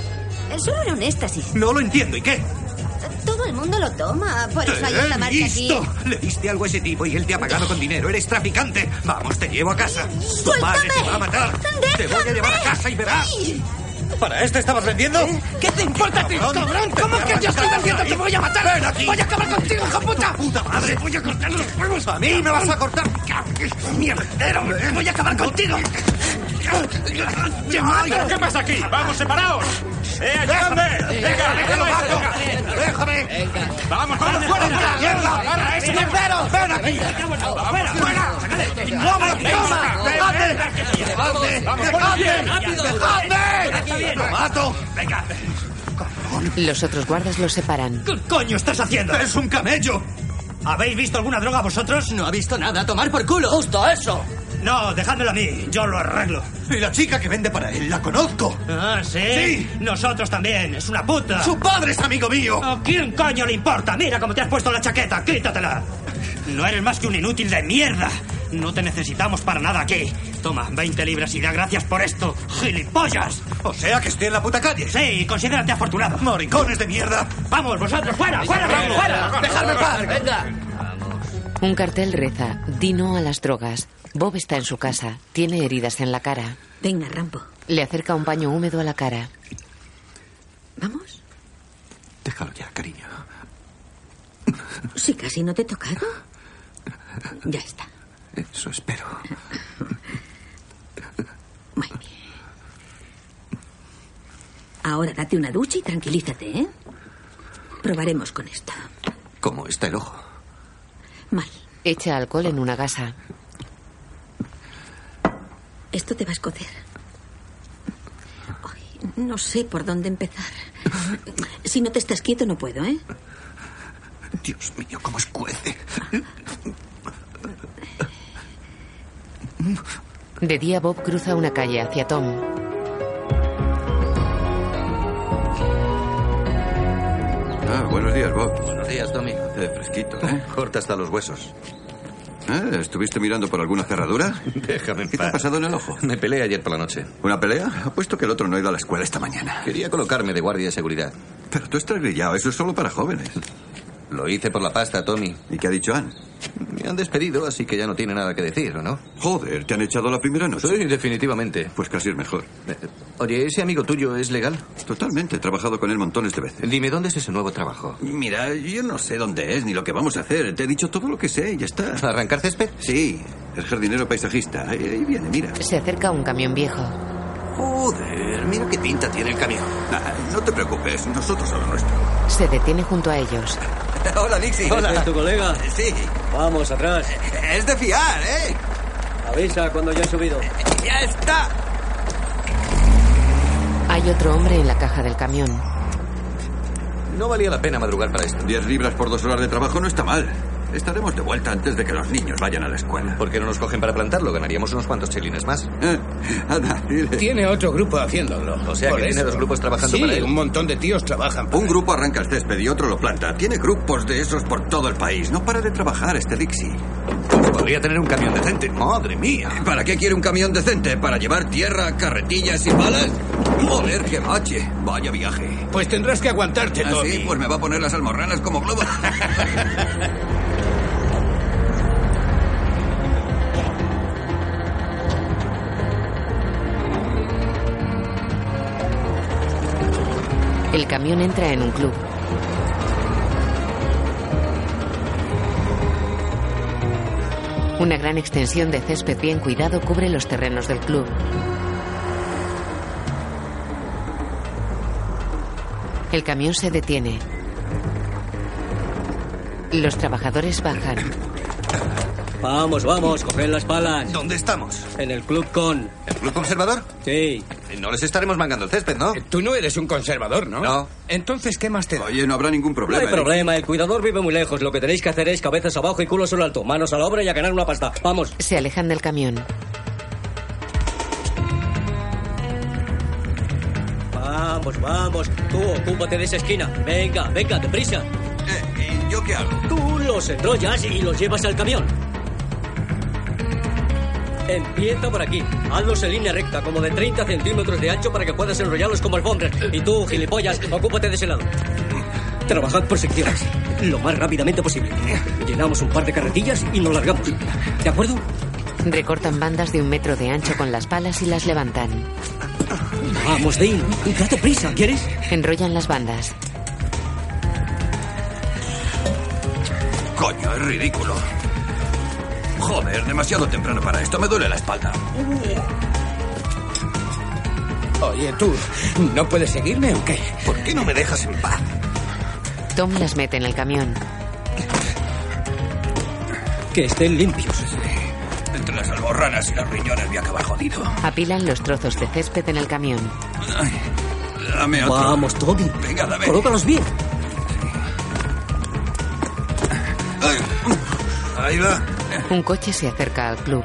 Speaker 7: Solo era un éxtasis.
Speaker 5: No lo entiendo, ¿y qué?
Speaker 7: Todo el mundo lo toma, por
Speaker 5: ¡Te
Speaker 7: eso hay una
Speaker 5: he
Speaker 7: marca aquí.
Speaker 5: visto! Le diste algo a ese tipo y él te ha pagado con dinero. Eres traficante. Vamos, te llevo a casa. Tu madre te va a matar. Te voy a llevar a casa y verás.
Speaker 3: ¿Para esto estabas vendiendo?
Speaker 5: ¿Eh? ¿Qué te importa,
Speaker 3: ti,
Speaker 5: cabrón? ¿Cómo
Speaker 3: que yo estoy vendiendo? ¡Te voy a matar!
Speaker 5: ¡Voy a acabar contigo, hijo puta! ¡Puta madre! ¡Voy a cortar los huevos! ¡A mí me vas a cortar! ¡Mierdero! ¡Voy a acabar contigo!
Speaker 3: ¿Qué pasa aquí? ¡Vamos, separados! ¡Eh, ayúdame! ¡Venga, déjame esto!
Speaker 5: ¡Déjame!
Speaker 3: ¡Vamos,
Speaker 5: ¡Vamos fuera de la mierda!
Speaker 3: ¡Para eso!
Speaker 5: ¡Mierdero! ¡Ven aquí! ¡Fuera, fuera! ¡Toma, toma! ¡Dejadme! ¡Dejadme! ¡Dejadme! ¡Dejadme! ¡Lo mato! ¡Venga!
Speaker 2: Los otros guardas los separan.
Speaker 6: ¿Qué coño estás haciendo?
Speaker 5: ¡Es un camello!
Speaker 6: ¿Habéis visto alguna droga vosotros? No ha visto nada. Tomar por
Speaker 5: culo.
Speaker 6: Justo eso. No, dejádmelo a mí. Yo lo arreglo.
Speaker 5: Y la chica que vende para él, la conozco.
Speaker 6: Ah, ¿sí?
Speaker 5: Sí.
Speaker 6: Nosotros también. Es una puta.
Speaker 5: Su padre es amigo mío.
Speaker 6: ¿A quién coño le importa? Mira cómo te has puesto la chaqueta. Quítatela. No eres más que un inútil de mierda. No te necesitamos para nada aquí. Toma, 20 libras y da gracias por esto. ¡Gilipollas!
Speaker 5: O sea que estoy en la puta calle.
Speaker 6: Sí, considérate afortunado.
Speaker 5: ¡Moricones de mierda!
Speaker 6: Vamos, vosotros, fuera, fuera,
Speaker 5: Venga,
Speaker 6: fuera.
Speaker 5: venga, dejadme en paz.
Speaker 6: Venga.
Speaker 2: Un cartel reza, di no a las drogas. Bob está en su casa, tiene heridas en la cara.
Speaker 11: Venga, Rambo.
Speaker 2: Le acerca un paño húmedo a la cara.
Speaker 11: ¿Vamos?
Speaker 4: Déjalo ya, cariño.
Speaker 11: Sí, casi no te he tocado. Ya está.
Speaker 4: Eso espero.
Speaker 11: Ahora date una ducha y tranquilízate, ¿eh? Probaremos con esto.
Speaker 4: ¿Cómo está el ojo?
Speaker 2: Echa alcohol en una gasa.
Speaker 11: Esto te va a escocer. Ay, no sé por dónde empezar. Si no te estás quieto, no puedo, ¿eh?
Speaker 4: Dios mío, cómo escuece.
Speaker 2: De día Bob cruza una calle hacia Tom.
Speaker 4: Ah, buenos días, Bob. Buenos días, Tommy. Hace fresquito, ¿eh? Corta hasta los huesos. Eh, ¿Estuviste mirando por alguna cerradura? Déjame ¿Qué te ha pasado en el ojo? Me peleé ayer por la noche. ¿Una pelea? Apuesto que el otro no ha ido a la escuela esta mañana. Quería colocarme de guardia de seguridad. Pero tú estás grillado, eso es solo para jóvenes.
Speaker 28: Lo hice por la pasta, Tommy.
Speaker 4: ¿Y qué ha dicho Ann?
Speaker 28: Me han despedido, así que ya no tiene nada que decir, ¿o no?
Speaker 4: Joder, ¿te han echado la primera noche?
Speaker 28: Sí, definitivamente.
Speaker 4: Pues casi es mejor.
Speaker 28: Oye, ¿ese amigo tuyo es legal?
Speaker 4: Totalmente, he trabajado con él montones de veces.
Speaker 28: Dime, ¿dónde es ese nuevo trabajo?
Speaker 4: Mira, yo no sé dónde es ni lo que vamos a hacer. Te he dicho todo lo que sé, ya está.
Speaker 28: ¿Arrancar césped?
Speaker 4: Sí, es jardinero paisajista. Ahí, ahí viene, mira.
Speaker 2: Se acerca un camión viejo.
Speaker 4: Joder, mira qué pinta tiene el camión. Ah, no te preocupes, nosotros a lo nuestro.
Speaker 2: Se detiene junto a ellos.
Speaker 9: Hola, Dixie.
Speaker 4: Hola.
Speaker 9: ¿Es tu colega? Sí. Vamos, atrás. Es de fiar, ¿eh? Avisa cuando ya he subido. ¡Ya está!
Speaker 2: Hay otro hombre en la caja del camión.
Speaker 28: No valía la pena madrugar para esto.
Speaker 4: Diez libras por dos horas de trabajo no está mal. Estaremos de vuelta antes de que los niños vayan a la escuela. ¿Por qué no nos cogen para plantarlo? Ganaríamos unos cuantos chelines más.
Speaker 30: Tiene otro grupo haciéndolo.
Speaker 4: O sea
Speaker 30: Por
Speaker 4: que tiene
Speaker 30: eso.
Speaker 4: dos grupos pues, trabajando
Speaker 30: Sí,
Speaker 4: para él.
Speaker 30: un montón de tíos trabajan.
Speaker 4: Un grupo arranca el césped y otro lo planta. Tiene grupos de esos por todo el país. No para de trabajar este Dixie. Podría tener un camión decente. Madre mía. ¿Para qué quiere un camión decente? ¿Para llevar tierra, carretillas y balas? Joder, qué bache. Vaya viaje.
Speaker 30: Pues tendrás que aguantarte,
Speaker 4: Así, pues me va a poner las almorranas como globos.
Speaker 2: El camión entra en un club. Una gran extensión de césped bien cuidado cubre los terrenos del club. El camión se detiene. Los trabajadores bajan.
Speaker 9: Vamos, vamos, coged las palas.
Speaker 4: ¿Dónde estamos?
Speaker 9: En el Club Con.
Speaker 4: ¿El Club Conservador?
Speaker 9: Sí.
Speaker 4: No les estaremos mangando el césped, ¿no?
Speaker 6: Eh,
Speaker 30: Tú no eres un conservador, ¿no?
Speaker 4: No.
Speaker 30: Entonces, ¿qué más te da?
Speaker 4: Oye, no habrá ningún
Speaker 9: No
Speaker 4: problema.
Speaker 9: hay
Speaker 4: ¿eh?
Speaker 9: problema, el cuidador vive muy lejos. Lo que tenéis que hacer es cabezas abajo y culos en lo alto. Manos a la obra y a ganar una pasta. Vamos.
Speaker 2: Se alejan del camión.
Speaker 9: Vamos, vamos. Tú, ocúpate de esa esquina. Venga, venga, deprisa.
Speaker 4: Eh, ¿Y yo qué hago?
Speaker 9: Tú los enrollas y los llevas al camión. Empieza por aquí. Hazlos en línea recta, como de 30 centímetros de ancho para que puedas enrollarlos como alfombras. Y tú, gilipollas, ocúpate de ese lado. Trabajad por secciones, lo más rápidamente posible. Llenamos un par de carretillas y nos largamos. ¿De acuerdo?
Speaker 2: Recortan bandas de un metro de ancho con las palas y las levantan.
Speaker 9: Vamos, Dean, Pues date prisa, ¿quieres?
Speaker 2: Enrollan las bandas.
Speaker 4: Coño, es ridículo. Joder, demasiado temprano para esto. Me duele la espalda.
Speaker 30: Oye, tú, ¿no puedes seguirme o qué?
Speaker 4: ¿Por qué no me dejas en paz?
Speaker 2: Tom las mete en el camión.
Speaker 9: Que estén limpios.
Speaker 4: Entre las alborranas y los riñones voy a acabar jodido.
Speaker 2: Apilan los trozos de césped en el camión.
Speaker 4: Dame otro.
Speaker 9: Vamos, Toby.
Speaker 4: Venga, dame.
Speaker 9: Colócalos bien.
Speaker 4: Ahí va.
Speaker 2: Un coche se acerca al club.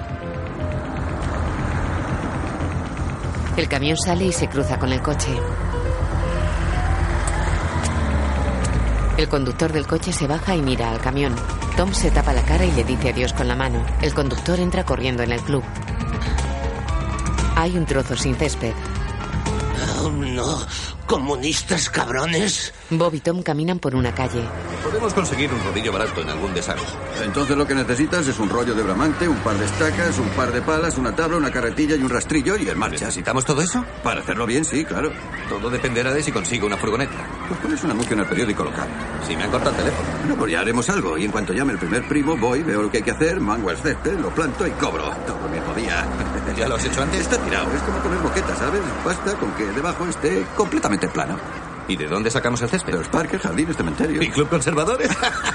Speaker 2: El camión sale y se cruza con el coche. El conductor del coche se baja y mira al camión. Tom se tapa la cara y le dice adiós con la mano. El conductor entra corriendo en el club. Hay un trozo sin césped.
Speaker 31: Oh, no. Comunistas cabrones.
Speaker 2: Bob y Tom caminan por una calle.
Speaker 4: Podemos conseguir un rodillo barato en algún desagüe. Entonces lo que necesitas es un rollo de bramante, un par de estacas, un par de palas, una tabla, una carretilla y un rastrillo y en marcha. ¿Necesitamos todo eso? Para hacerlo bien, sí, claro. Todo dependerá de si consigo una furgoneta. Pues pones un anuncio en el periódico local. Si me han cortado el teléfono. Bueno, pues ya haremos algo. Y en cuanto llame el primer primo, voy, veo lo que hay que hacer, mango el césped, lo planto y cobro. Todo el mismo día. ¿Ya lo has hecho antes? Está tirado. Es como poner boqueta, ¿sabes? Basta con que debajo esté completamente plano. ¿Y de dónde sacamos el césped? De los parques, jardines, cementerios. ¿Y club conservadores?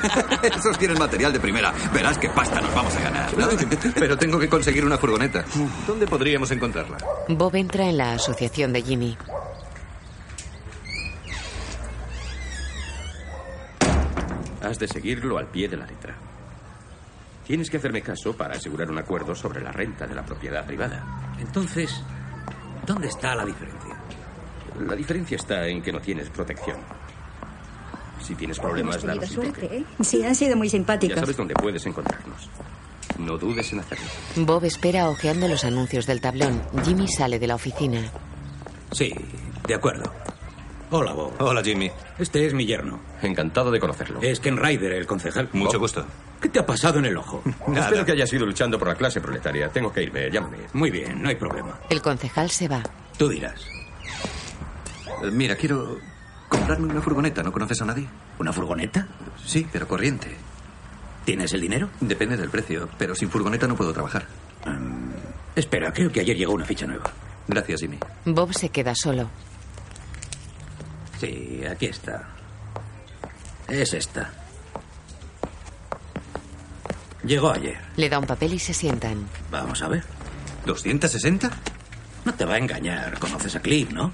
Speaker 4: Esos tienen material de primera. Verás qué pasta nos vamos a ganar. ¿no?
Speaker 10: Pero tengo que conseguir una furgoneta. ¿Dónde podríamos encontrarla?
Speaker 2: Bob entra en la asociación de Jimmy.
Speaker 16: Has de seguirlo al pie de la letra. Tienes que hacerme caso para asegurar un acuerdo sobre la renta de la propiedad privada.
Speaker 9: Entonces, ¿dónde está la diferencia?
Speaker 16: La diferencia está en que no tienes protección. Si tienes problemas, danos un toque.
Speaker 32: ¿eh?
Speaker 3: Sí, han sido muy
Speaker 16: Ya
Speaker 3: simpáticos.
Speaker 16: sabes dónde puedes encontrarnos. No dudes en hacerlo.
Speaker 2: Bob espera ojeando los anuncios del tablón. Jimmy sale de la oficina.
Speaker 16: Sí, de acuerdo. Hola, Bob. Hola, Jimmy.
Speaker 33: Este es mi yerno.
Speaker 16: Encantado de conocerlo.
Speaker 33: Es Ken Ryder, el concejal.
Speaker 16: Mucho
Speaker 33: gusto. ¿Qué te ha pasado en el ojo?
Speaker 16: Espero que hayas ido luchando por la clase proletaria. Tengo que irme. Llámame.
Speaker 33: Muy bien, no hay problema.
Speaker 2: El concejal se va.
Speaker 33: Tú dirás.
Speaker 4: Eh, Mira, quiero comprarme una furgoneta. ¿No conoces a nadie? ¿Una furgoneta? Sí, pero corriente.
Speaker 33: ¿Tienes el dinero?
Speaker 4: Depende del precio, pero sin furgoneta no puedo trabajar.
Speaker 6: Em,
Speaker 33: Espera, creo que ayer llegó una ficha nueva.
Speaker 4: Gracias, Jimmy.
Speaker 2: Bob se queda solo.
Speaker 33: Sí, aquí está. Es esta. Llegó ayer.
Speaker 2: Le da un papel y se sientan.
Speaker 33: Vamos a ver. ¿260? No te va a engañar. Conoces a Cliff, ¿no?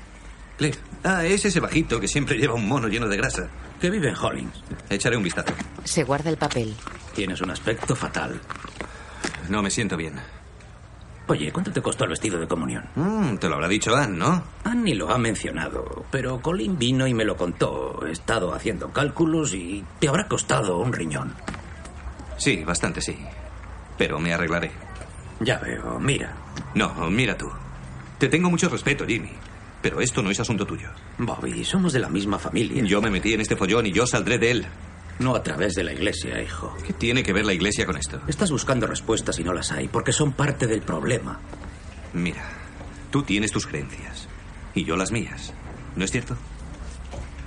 Speaker 4: Cliff. Ah, es ese bajito que siempre lleva un mono lleno de grasa.
Speaker 33: Que vive en Hollings.
Speaker 4: Echaré un vistazo.
Speaker 2: Se guarda el papel.
Speaker 6: Tienes un aspecto fatal.
Speaker 4: No me siento bien.
Speaker 6: Oye, ¿cuánto te costó el vestido de comunión?
Speaker 4: Mm, te lo habrá dicho Ann, ¿no?
Speaker 6: Ann ni lo ha mencionado, pero Colin vino y me lo contó. He estado haciendo cálculos y te habrá costado un riñón.
Speaker 4: Sí, bastante sí. Pero me arreglaré.
Speaker 6: Ya veo, mira.
Speaker 4: No, mira tú. Te tengo mucho respeto, Jimmy. Pero esto no es asunto tuyo.
Speaker 6: Bobby, somos de la misma familia.
Speaker 4: Yo me metí en este follón y yo saldré de él.
Speaker 6: No a través de la iglesia, hijo.
Speaker 4: ¿Qué tiene que ver la iglesia con esto?
Speaker 6: Estás buscando respuestas y no las hay, porque son parte del problema.
Speaker 4: Mira, tú tienes tus creencias y yo las mías. ¿No es cierto?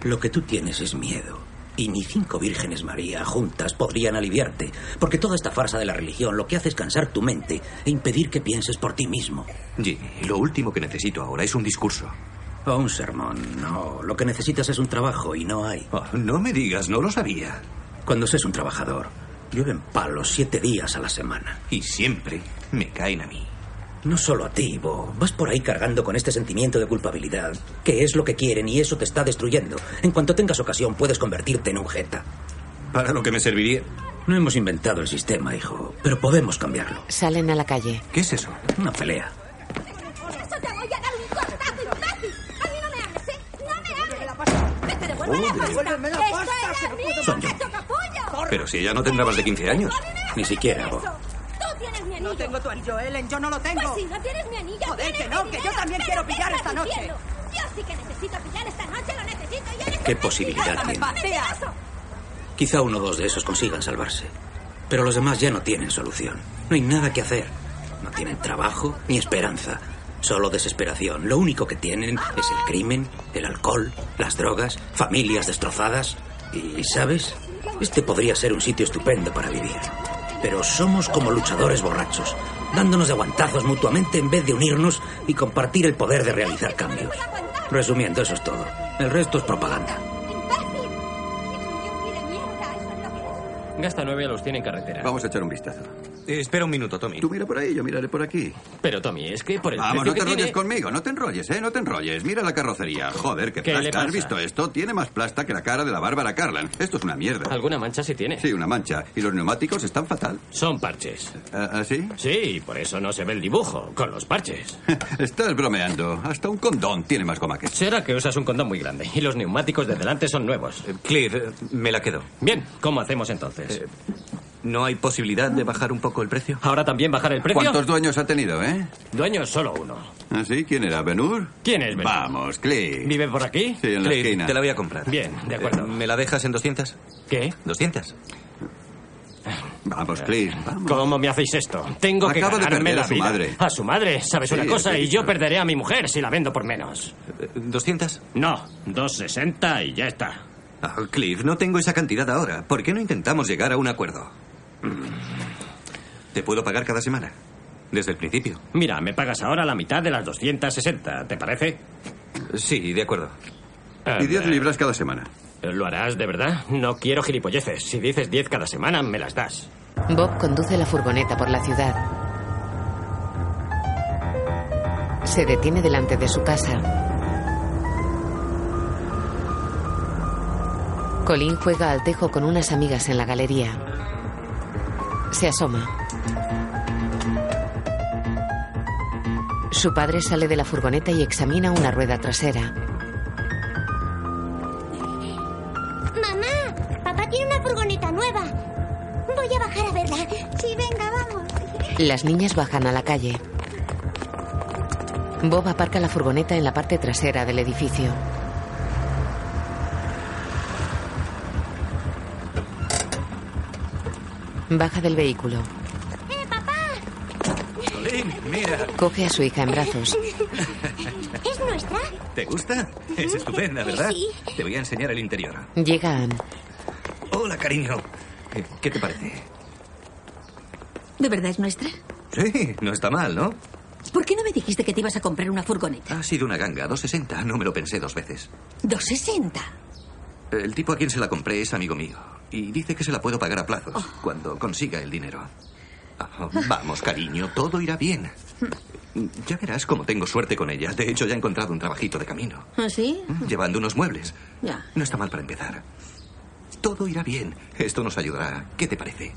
Speaker 6: Lo que tú tienes es miedo. Y ni cinco vírgenes María juntas podrían aliviarte, porque toda esta farsa de la religión lo que hace es cansar tu mente e impedir que pienses por ti mismo.
Speaker 4: Jimmy, lo último que necesito ahora es un discurso.
Speaker 6: O un sermón, no. Lo que necesitas es un trabajo y no hay.
Speaker 4: Oh, no me digas, no lo sabía.
Speaker 6: Cuando seas un trabajador, llueven palos siete días a la semana.
Speaker 4: Y siempre me caen a mí.
Speaker 6: No solo a ti, Bo. Vas por ahí cargando con este sentimiento de culpabilidad, que es lo que quieren y eso te está destruyendo. En cuanto tengas ocasión, puedes convertirte en un jeta.
Speaker 4: Para lo que me serviría.
Speaker 6: No hemos inventado el sistema, hijo, pero podemos cambiarlo.
Speaker 2: Salen a la calle.
Speaker 4: ¿Qué es eso?
Speaker 6: Una pelea. Son yo.
Speaker 4: Pero si ella no tendrá más de 15 años.
Speaker 6: Ni siquiera, Bo.
Speaker 17: Tú tienes mi anillo.
Speaker 32: No tengo tu anillo, Ellen. Yo no lo tengo.
Speaker 17: Pues si no tienes mi anillo,
Speaker 32: Joder,
Speaker 17: tienes
Speaker 32: que no,
Speaker 17: mi
Speaker 32: que
Speaker 17: dinero.
Speaker 32: yo también
Speaker 17: Pero
Speaker 32: quiero
Speaker 17: ¿qué
Speaker 32: pillar
Speaker 17: estás
Speaker 32: esta noche.
Speaker 17: diciendo? Yo sí que necesito pillar esta noche, lo necesito. y eres
Speaker 6: ¿Qué
Speaker 17: un
Speaker 6: posibilidad
Speaker 17: mentiroso.
Speaker 6: tiene?
Speaker 17: ¡Mentiroso!
Speaker 6: Quizá uno o dos de esos consigan salvarse. Pero los demás ya no tienen solución. No hay nada que hacer. No tienen trabajo ni esperanza. Solo desesperación. Lo único que tienen es el crimen, el alcohol, las drogas, familias destrozadas. Y, ¿sabes? Este podría ser un sitio estupendo para vivir. Pero somos como luchadores borrachos, dándonos de guantazos mutuamente en vez de unirnos y compartir el poder de realizar cambios. Resumiendo, eso es todo. El resto es propaganda.
Speaker 16: Gasta nueve a los 100 en carretera.
Speaker 3: Vamos a echar un vistazo.
Speaker 4: Eh, espera un minuto, Tommy.
Speaker 3: Tú mira por ahí, yo miraré por aquí.
Speaker 16: Pero, Tommy, es que por el
Speaker 3: Vamos,
Speaker 16: precio
Speaker 3: no te
Speaker 16: que
Speaker 3: enrolles
Speaker 16: tiene-
Speaker 3: conmigo, no te enrolles, ¿eh? No te enrolles. Mira la carrocería. Joder, qué,
Speaker 16: ¿Qué le
Speaker 3: plasta. ¿Has
Speaker 16: pasa?
Speaker 3: visto esto? Tiene más plasta que la cara de la Bárbara Carlan. Esto es una mierda.
Speaker 16: Alguna mancha sí tiene.
Speaker 3: Sí, una mancha. Y los neumáticos están fatal. Eh,
Speaker 16: Son parches.
Speaker 3: ¿Así?
Speaker 16: Sí, por eso no se ve el dibujo, con los parches.
Speaker 3: Estás bromeando. Hasta un condón tiene más goma que eso.
Speaker 16: Será que usas un condón muy grande y los neumáticos de delante son nuevos.
Speaker 4: Eh, Cliff, me la quedo. Eh,
Speaker 16: Bien, ¿cómo hacemos entonces?
Speaker 4: ¿No hay posibilidad de bajar un poco el precio?
Speaker 16: Ahora también bajar el precio.
Speaker 3: ¿Cuántos dueños ha tenido, eh?
Speaker 16: Dueños solo uno.
Speaker 3: ¿Así? ¿Ah, ¿Quién era? ¿Benur?
Speaker 16: ¿Quién es? Benur?
Speaker 3: Vamos, Cliff.
Speaker 16: ¿Vive por aquí?
Speaker 3: Sí, en la
Speaker 4: Cliff,
Speaker 3: esquina.
Speaker 4: te la voy a comprar.
Speaker 16: Bien, de acuerdo.
Speaker 4: Eh, ¿Me la dejas en 200?
Speaker 16: ¿Qué?
Speaker 4: ¿200?
Speaker 3: Vamos, Cliff.
Speaker 16: ¿Cómo me hacéis esto? Tengo que
Speaker 3: Acaba de
Speaker 16: ganarme
Speaker 3: perder
Speaker 16: la
Speaker 3: a su
Speaker 16: vida.
Speaker 3: madre.
Speaker 16: A su madre, ¿sabes
Speaker 3: Sí,
Speaker 16: una cosa?
Speaker 3: es
Speaker 16: Y yo
Speaker 3: ridículo.
Speaker 16: perderé a mi mujer si la vendo por menos.
Speaker 4: Eh, ¿200?
Speaker 16: No, 260 y ya está.
Speaker 4: Ah, Cliff, no tengo esa cantidad ahora. ¿Por qué no intentamos llegar a un acuerdo? Te puedo pagar cada semana. Desde el principio.
Speaker 16: Mira, me pagas ahora la mitad de las 260, ¿te parece? Eh,
Speaker 4: Sí, de acuerdo.
Speaker 3: Y 10 libras cada semana.
Speaker 16: ¿Lo harás de verdad? No quiero gilipolleces. Si dices 10 cada semana, me las das.
Speaker 2: Bob conduce la furgoneta por la ciudad. Se detiene delante de su casa. Colin juega al tejo con unas amigas en la galería. Se asoma. Su padre sale de la furgoneta y examina una rueda trasera.
Speaker 7: Mamá, papá tiene una furgoneta nueva. Voy a bajar a verla. Sí, venga, vamos.
Speaker 2: Las niñas bajan a la calle. Bob aparca la furgoneta en la parte trasera del edificio. Baja del vehículo.
Speaker 4: Colin, mira.
Speaker 2: Coge a su hija en brazos.
Speaker 7: ¿Es nuestra? Mm,
Speaker 4: ¿Te gusta? Es estupenda, ¿verdad?
Speaker 7: Sí.
Speaker 4: Te voy a enseñar el interior.
Speaker 2: Llega Ann.
Speaker 4: Hola, cariño. Eh, ¿Qué te parece?
Speaker 11: ¿De verdad es nuestra?
Speaker 4: Sí, no está mal, ¿no?
Speaker 11: ¿Por qué no me dijiste que te ibas a comprar una furgoneta?
Speaker 4: Ha sido una ganga, 260. No me lo pensé dos veces.
Speaker 11: ¿260?
Speaker 4: El tipo a quien se la compré es amigo mío. Y dice que se la puedo pagar a plazos,
Speaker 11: Oh.
Speaker 4: cuando consiga el dinero. Ah, vamos, cariño, todo irá bien. Ya verás cómo tengo suerte con ella. De hecho, ya he encontrado un trabajito de camino.
Speaker 11: ¿Ah, sí?
Speaker 4: Llevando unos muebles.
Speaker 11: Ya.
Speaker 4: No está mal para empezar. Todo irá bien. Esto nos ayudará. ¿Qué te parece?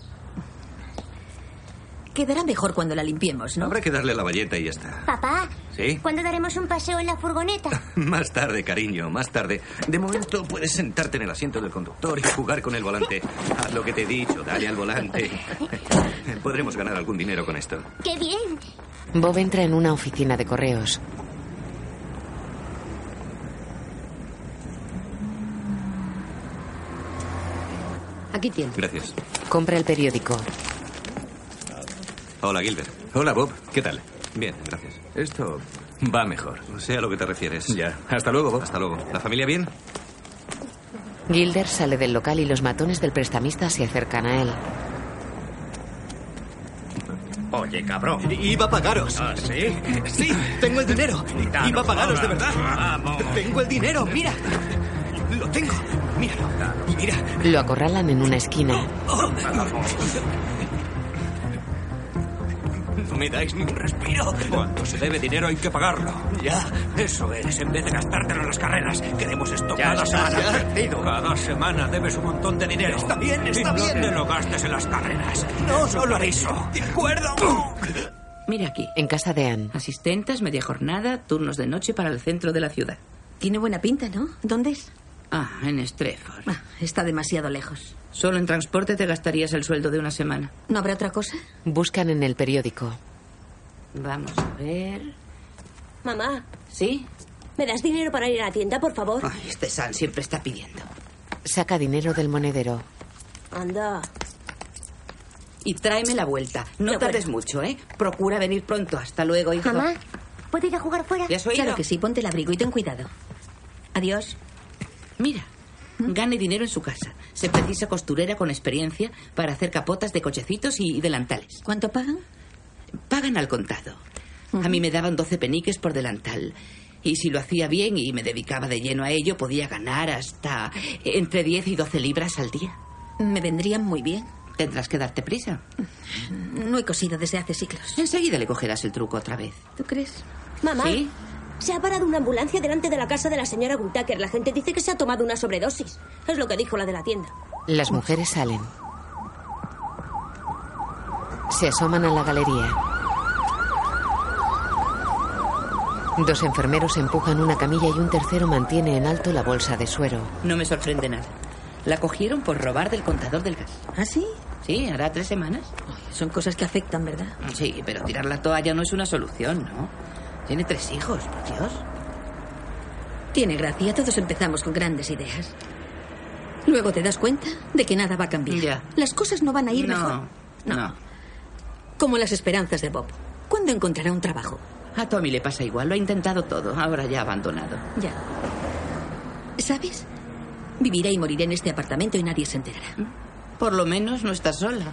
Speaker 11: Quedará mejor cuando la limpiemos, ¿no?
Speaker 4: Habrá que darle la valleta y ya está.
Speaker 7: Papá,
Speaker 4: ¿Sí?
Speaker 7: ¿cuándo daremos un paseo en la furgoneta?
Speaker 4: Más tarde, cariño, más tarde. De momento puedes sentarte en el asiento del conductor y jugar con el volante. Haz lo que te he dicho, dale al volante. Podremos ganar algún dinero con esto.
Speaker 7: ¡Qué bien!
Speaker 2: Bob entra en una oficina de correos.
Speaker 12: Aquí tiene.
Speaker 4: Gracias.
Speaker 2: Compra el periódico.
Speaker 4: Hola, Gilbert. Hola, Bob. ¿Qué tal? Bien, gracias. Esto va mejor. Sé a lo que te refieres. Ya. Hasta luego, Bob. Hasta luego. ¿La familia bien?
Speaker 2: Gilder sale del local y los matones del prestamista se acercan a él.
Speaker 6: Oye, cabrón.
Speaker 34: Iba a pagaros.
Speaker 6: ¿Ah, sí?
Speaker 34: Sí, tengo el dinero.
Speaker 6: Gitano,
Speaker 34: Iba a pagaros, de
Speaker 6: ahora.
Speaker 34: verdad.
Speaker 6: Vamos.
Speaker 34: Tengo el dinero, mira. Lo tengo. Míralo. Mira.
Speaker 2: Lo acorralan en una esquina.
Speaker 6: Oh.
Speaker 34: No me dais ni un respiro.
Speaker 6: Cuando se debe dinero hay que pagarlo. Ya, eso es. En vez de gastártelo en las carreras, queremos esto
Speaker 34: Ya
Speaker 6: cada
Speaker 34: está,
Speaker 6: semana.
Speaker 34: ya.
Speaker 6: Perdido. Cada semana debes un montón de dinero.
Speaker 34: Está bien, está
Speaker 6: y No
Speaker 34: bien.
Speaker 6: te lo gastes en las carreras.
Speaker 34: No,
Speaker 6: Eso
Speaker 34: lo
Speaker 6: te
Speaker 34: haré.
Speaker 6: aviso.
Speaker 34: De acuerdo.
Speaker 12: Mire aquí.
Speaker 2: En casa de Anne.
Speaker 12: Asistentas, media jornada, turnos de noche para el centro de la ciudad.
Speaker 11: Tiene buena pinta, ¿no? ¿Dónde es?
Speaker 12: Ah, en Estreford.
Speaker 11: Ah, está demasiado lejos.
Speaker 12: Solo en transporte te gastarías el sueldo de una semana.
Speaker 11: ¿No habrá otra cosa?
Speaker 2: Buscan en el periódico.
Speaker 12: Vamos a ver.
Speaker 35: Mamá,
Speaker 12: ¿Sí?
Speaker 35: ¿me das dinero para ir a la tienda, por favor?
Speaker 12: Este San siempre está pidiendo.
Speaker 2: Saca dinero del monedero.
Speaker 35: Anda.
Speaker 12: Y tráeme la vuelta. No tardes mucho, ¿eh? Procura venir pronto. Hasta luego, hijo.
Speaker 11: Mamá,
Speaker 12: ¿puedo ir a jugar fuera? ¿Le has oído?
Speaker 11: Claro que sí, ponte el abrigo y ten cuidado. Adiós. ¿Mm?
Speaker 12: Mira, gane dinero en su casa. Se precisa costurera con experiencia para hacer capotas de cochecitos y delantales.
Speaker 11: ¿Cuánto pagan?
Speaker 12: Pagan al contado. A mí me daban 12 peniques por delantal. Y si lo hacía bien y me dedicaba de lleno a ello, podía ganar hasta entre 10 y 12 libras al día.
Speaker 11: Me vendrían muy bien.
Speaker 12: Tendrás que darte prisa.
Speaker 11: No he cosido desde hace siglos.
Speaker 12: Enseguida le cogerás el truco otra vez.
Speaker 11: ¿Tú crees?
Speaker 35: Mamá,
Speaker 12: ¿Sí?
Speaker 35: se ha parado una ambulancia delante de la casa de la señora Gultaker. La gente dice que se ha tomado una sobredosis. Es lo que dijo la de la tienda.
Speaker 2: Las mujeres salen. Se asoman a la galería. Dos enfermeros empujan una camilla y un tercero mantiene en alto la bolsa de suero.
Speaker 12: No me sorprende nada. La cogieron por robar del contador del gas. ¿Ah, sí? Sí, hará tres semanas.
Speaker 11: Son cosas que afectan, ¿verdad?
Speaker 12: Sí, pero tirar la toalla no es una solución, ¿no? Tiene tres hijos, por Dios.
Speaker 11: Tiene gracia, todos empezamos con grandes ideas. Luego te das cuenta de que nada va a cambiar. Las cosas no van a ir mejor.
Speaker 12: No.
Speaker 11: Como las esperanzas de Bob. ¿Cuándo encontrará un trabajo?
Speaker 12: A Tommy le pasa igual, lo ha intentado todo, ahora ya ha abandonado.
Speaker 11: Ya. ¿Sabes? Viviré y moriré en este apartamento y nadie se enterará.
Speaker 12: Por lo menos no está sola.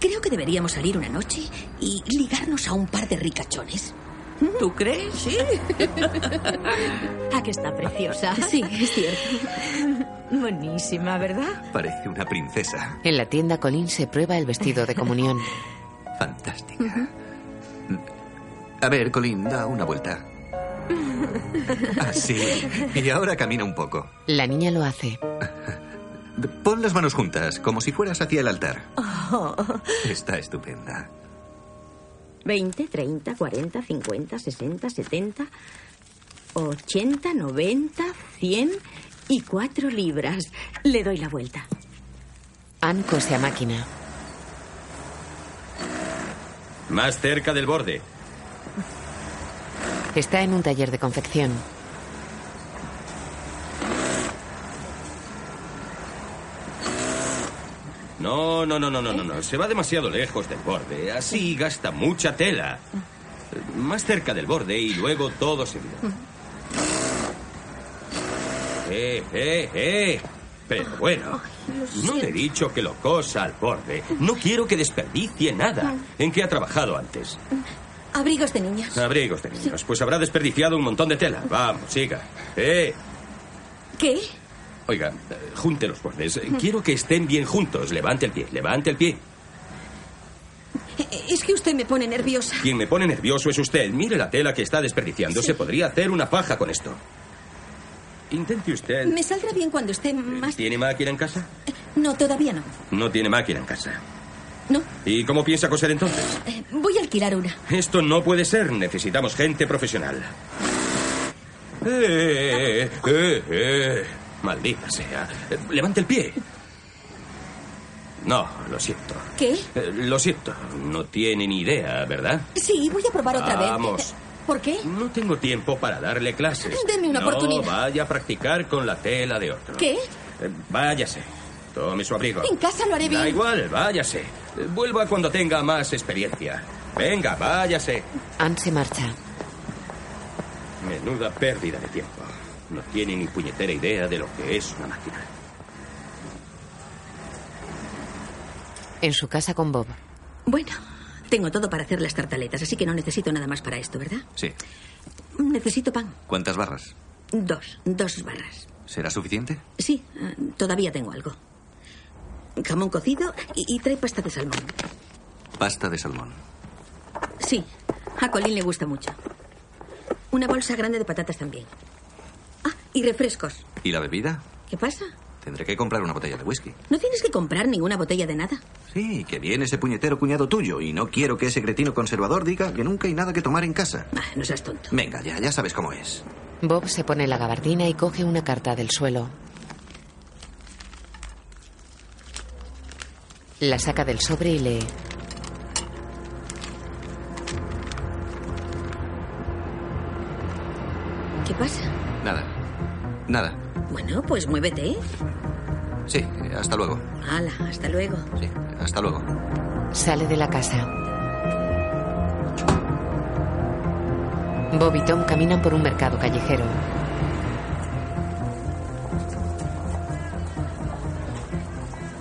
Speaker 11: Creo que deberíamos salir una noche y ligarnos a un par de ricachones.
Speaker 12: ¿Tú crees? Sí.
Speaker 11: ¿A Ah, que está preciosa? Sí, es cierto.
Speaker 12: Buenísima, ¿verdad?
Speaker 4: Parece una princesa.
Speaker 2: En la tienda Colin se prueba el vestido de comunión.
Speaker 4: Fantástica. A ver, Colin, da una vuelta. Así. Y ahora camina un poco.
Speaker 2: La niña lo hace.
Speaker 4: Pon las manos juntas, como si fueras hacia el altar.
Speaker 36: Oh,
Speaker 4: Está estupenda.
Speaker 36: 20, 30, 40, 50, 60, 70, 80, 90, 100 y 4 libras. Le doy la vuelta.
Speaker 2: Anne cose a máquina.
Speaker 16: Más cerca del borde.
Speaker 2: Está en un taller de confección.
Speaker 16: No, no, no, no, no, no, no. Se va demasiado lejos del borde. Así gasta mucha tela. Eh, Más cerca del borde y luego todo seguido. Eh, eh, eh. Pero bueno, no le he dicho que lo cosa al borde. No quiero que desperdicie nada. ¿En qué ha trabajado antes?
Speaker 11: Abrigos de niña.
Speaker 16: Abrigos de niños. Pues habrá desperdiciado un montón de tela. Vamos, siga. Eh,
Speaker 11: ¿Qué?
Speaker 16: Oiga, eh, junte los bordes. Eh, Quiero que estén bien juntos. Levante el pie, levante el pie.
Speaker 11: Es que usted me pone nerviosa.
Speaker 16: Quien me pone nervioso es usted. Mire la tela que está desperdiciando. Se podría hacer una faja con esto. Intente usted.
Speaker 11: Me saldrá bien cuando esté más...
Speaker 16: ¿Tiene máquina en casa?
Speaker 11: No, todavía no.
Speaker 16: No tiene máquina en casa.
Speaker 17: No.
Speaker 16: ¿Y cómo piensa coser entonces?
Speaker 17: Eh, voy a alquilar una.
Speaker 16: Esto no puede ser. Necesitamos gente profesional. Eh, eh, eh, eh. Maldita sea. Eh, Levante el pie. No, lo siento.
Speaker 17: ¿Qué?
Speaker 16: Eh, Lo siento. No tiene ni idea, ¿verdad?
Speaker 17: Sí, voy a probar otra vez.
Speaker 16: Vamos.
Speaker 17: ¿Por qué?
Speaker 16: No tengo tiempo para darle clases.
Speaker 17: Deme una
Speaker 16: no
Speaker 17: oportunidad.
Speaker 16: Vaya a practicar con la tela de otro.
Speaker 17: ¿Qué?
Speaker 16: Eh, Váyase. Tome su abrigo.
Speaker 17: En casa lo haré bien.
Speaker 16: Da igual, váyase. Eh, Vuelva cuando tenga más experiencia. Venga, váyase.
Speaker 2: Anne se marcha.
Speaker 16: Menuda pérdida de tiempo. No tiene ni puñetera idea de lo que es una máquina.
Speaker 2: En su casa con Bob.
Speaker 11: Bueno, tengo todo para hacer las tartaletas, así que no necesito nada más para esto, ¿verdad?
Speaker 10: Sí.
Speaker 11: Necesito pan.
Speaker 10: ¿Cuántas barras?
Speaker 11: Dos, dos barras.
Speaker 10: ¿Será suficiente?
Speaker 11: Sí, eh, todavía tengo algo. Jamón cocido y, y trae pasta de salmón.
Speaker 10: Pasta de salmón.
Speaker 11: Sí, a Colin le gusta mucho. Una bolsa grande de patatas también. Ah, y refrescos.
Speaker 10: ¿Y la bebida?
Speaker 11: ¿Qué pasa?
Speaker 10: Tendré que comprar una botella de whisky.
Speaker 11: No tienes que comprar ninguna botella de nada.
Speaker 10: Sí, que viene ese puñetero cuñado tuyo y no quiero que ese cretino conservador diga que nunca hay nada que tomar en casa.
Speaker 11: no seas tonto.
Speaker 10: Venga, ya, ya sabes cómo es.
Speaker 2: Bob se pone la gabardina y coge una carta del suelo. La saca del sobre y lee.
Speaker 11: ¿Qué pasa?
Speaker 10: Nada. Nada.
Speaker 11: Bueno, pues muévete. ¿eh?
Speaker 10: Sí, eh, hasta luego.
Speaker 11: Hala, hasta luego.
Speaker 10: Hasta luego.
Speaker 2: Sale de la casa. Bob y Tom caminan por un mercado callejero.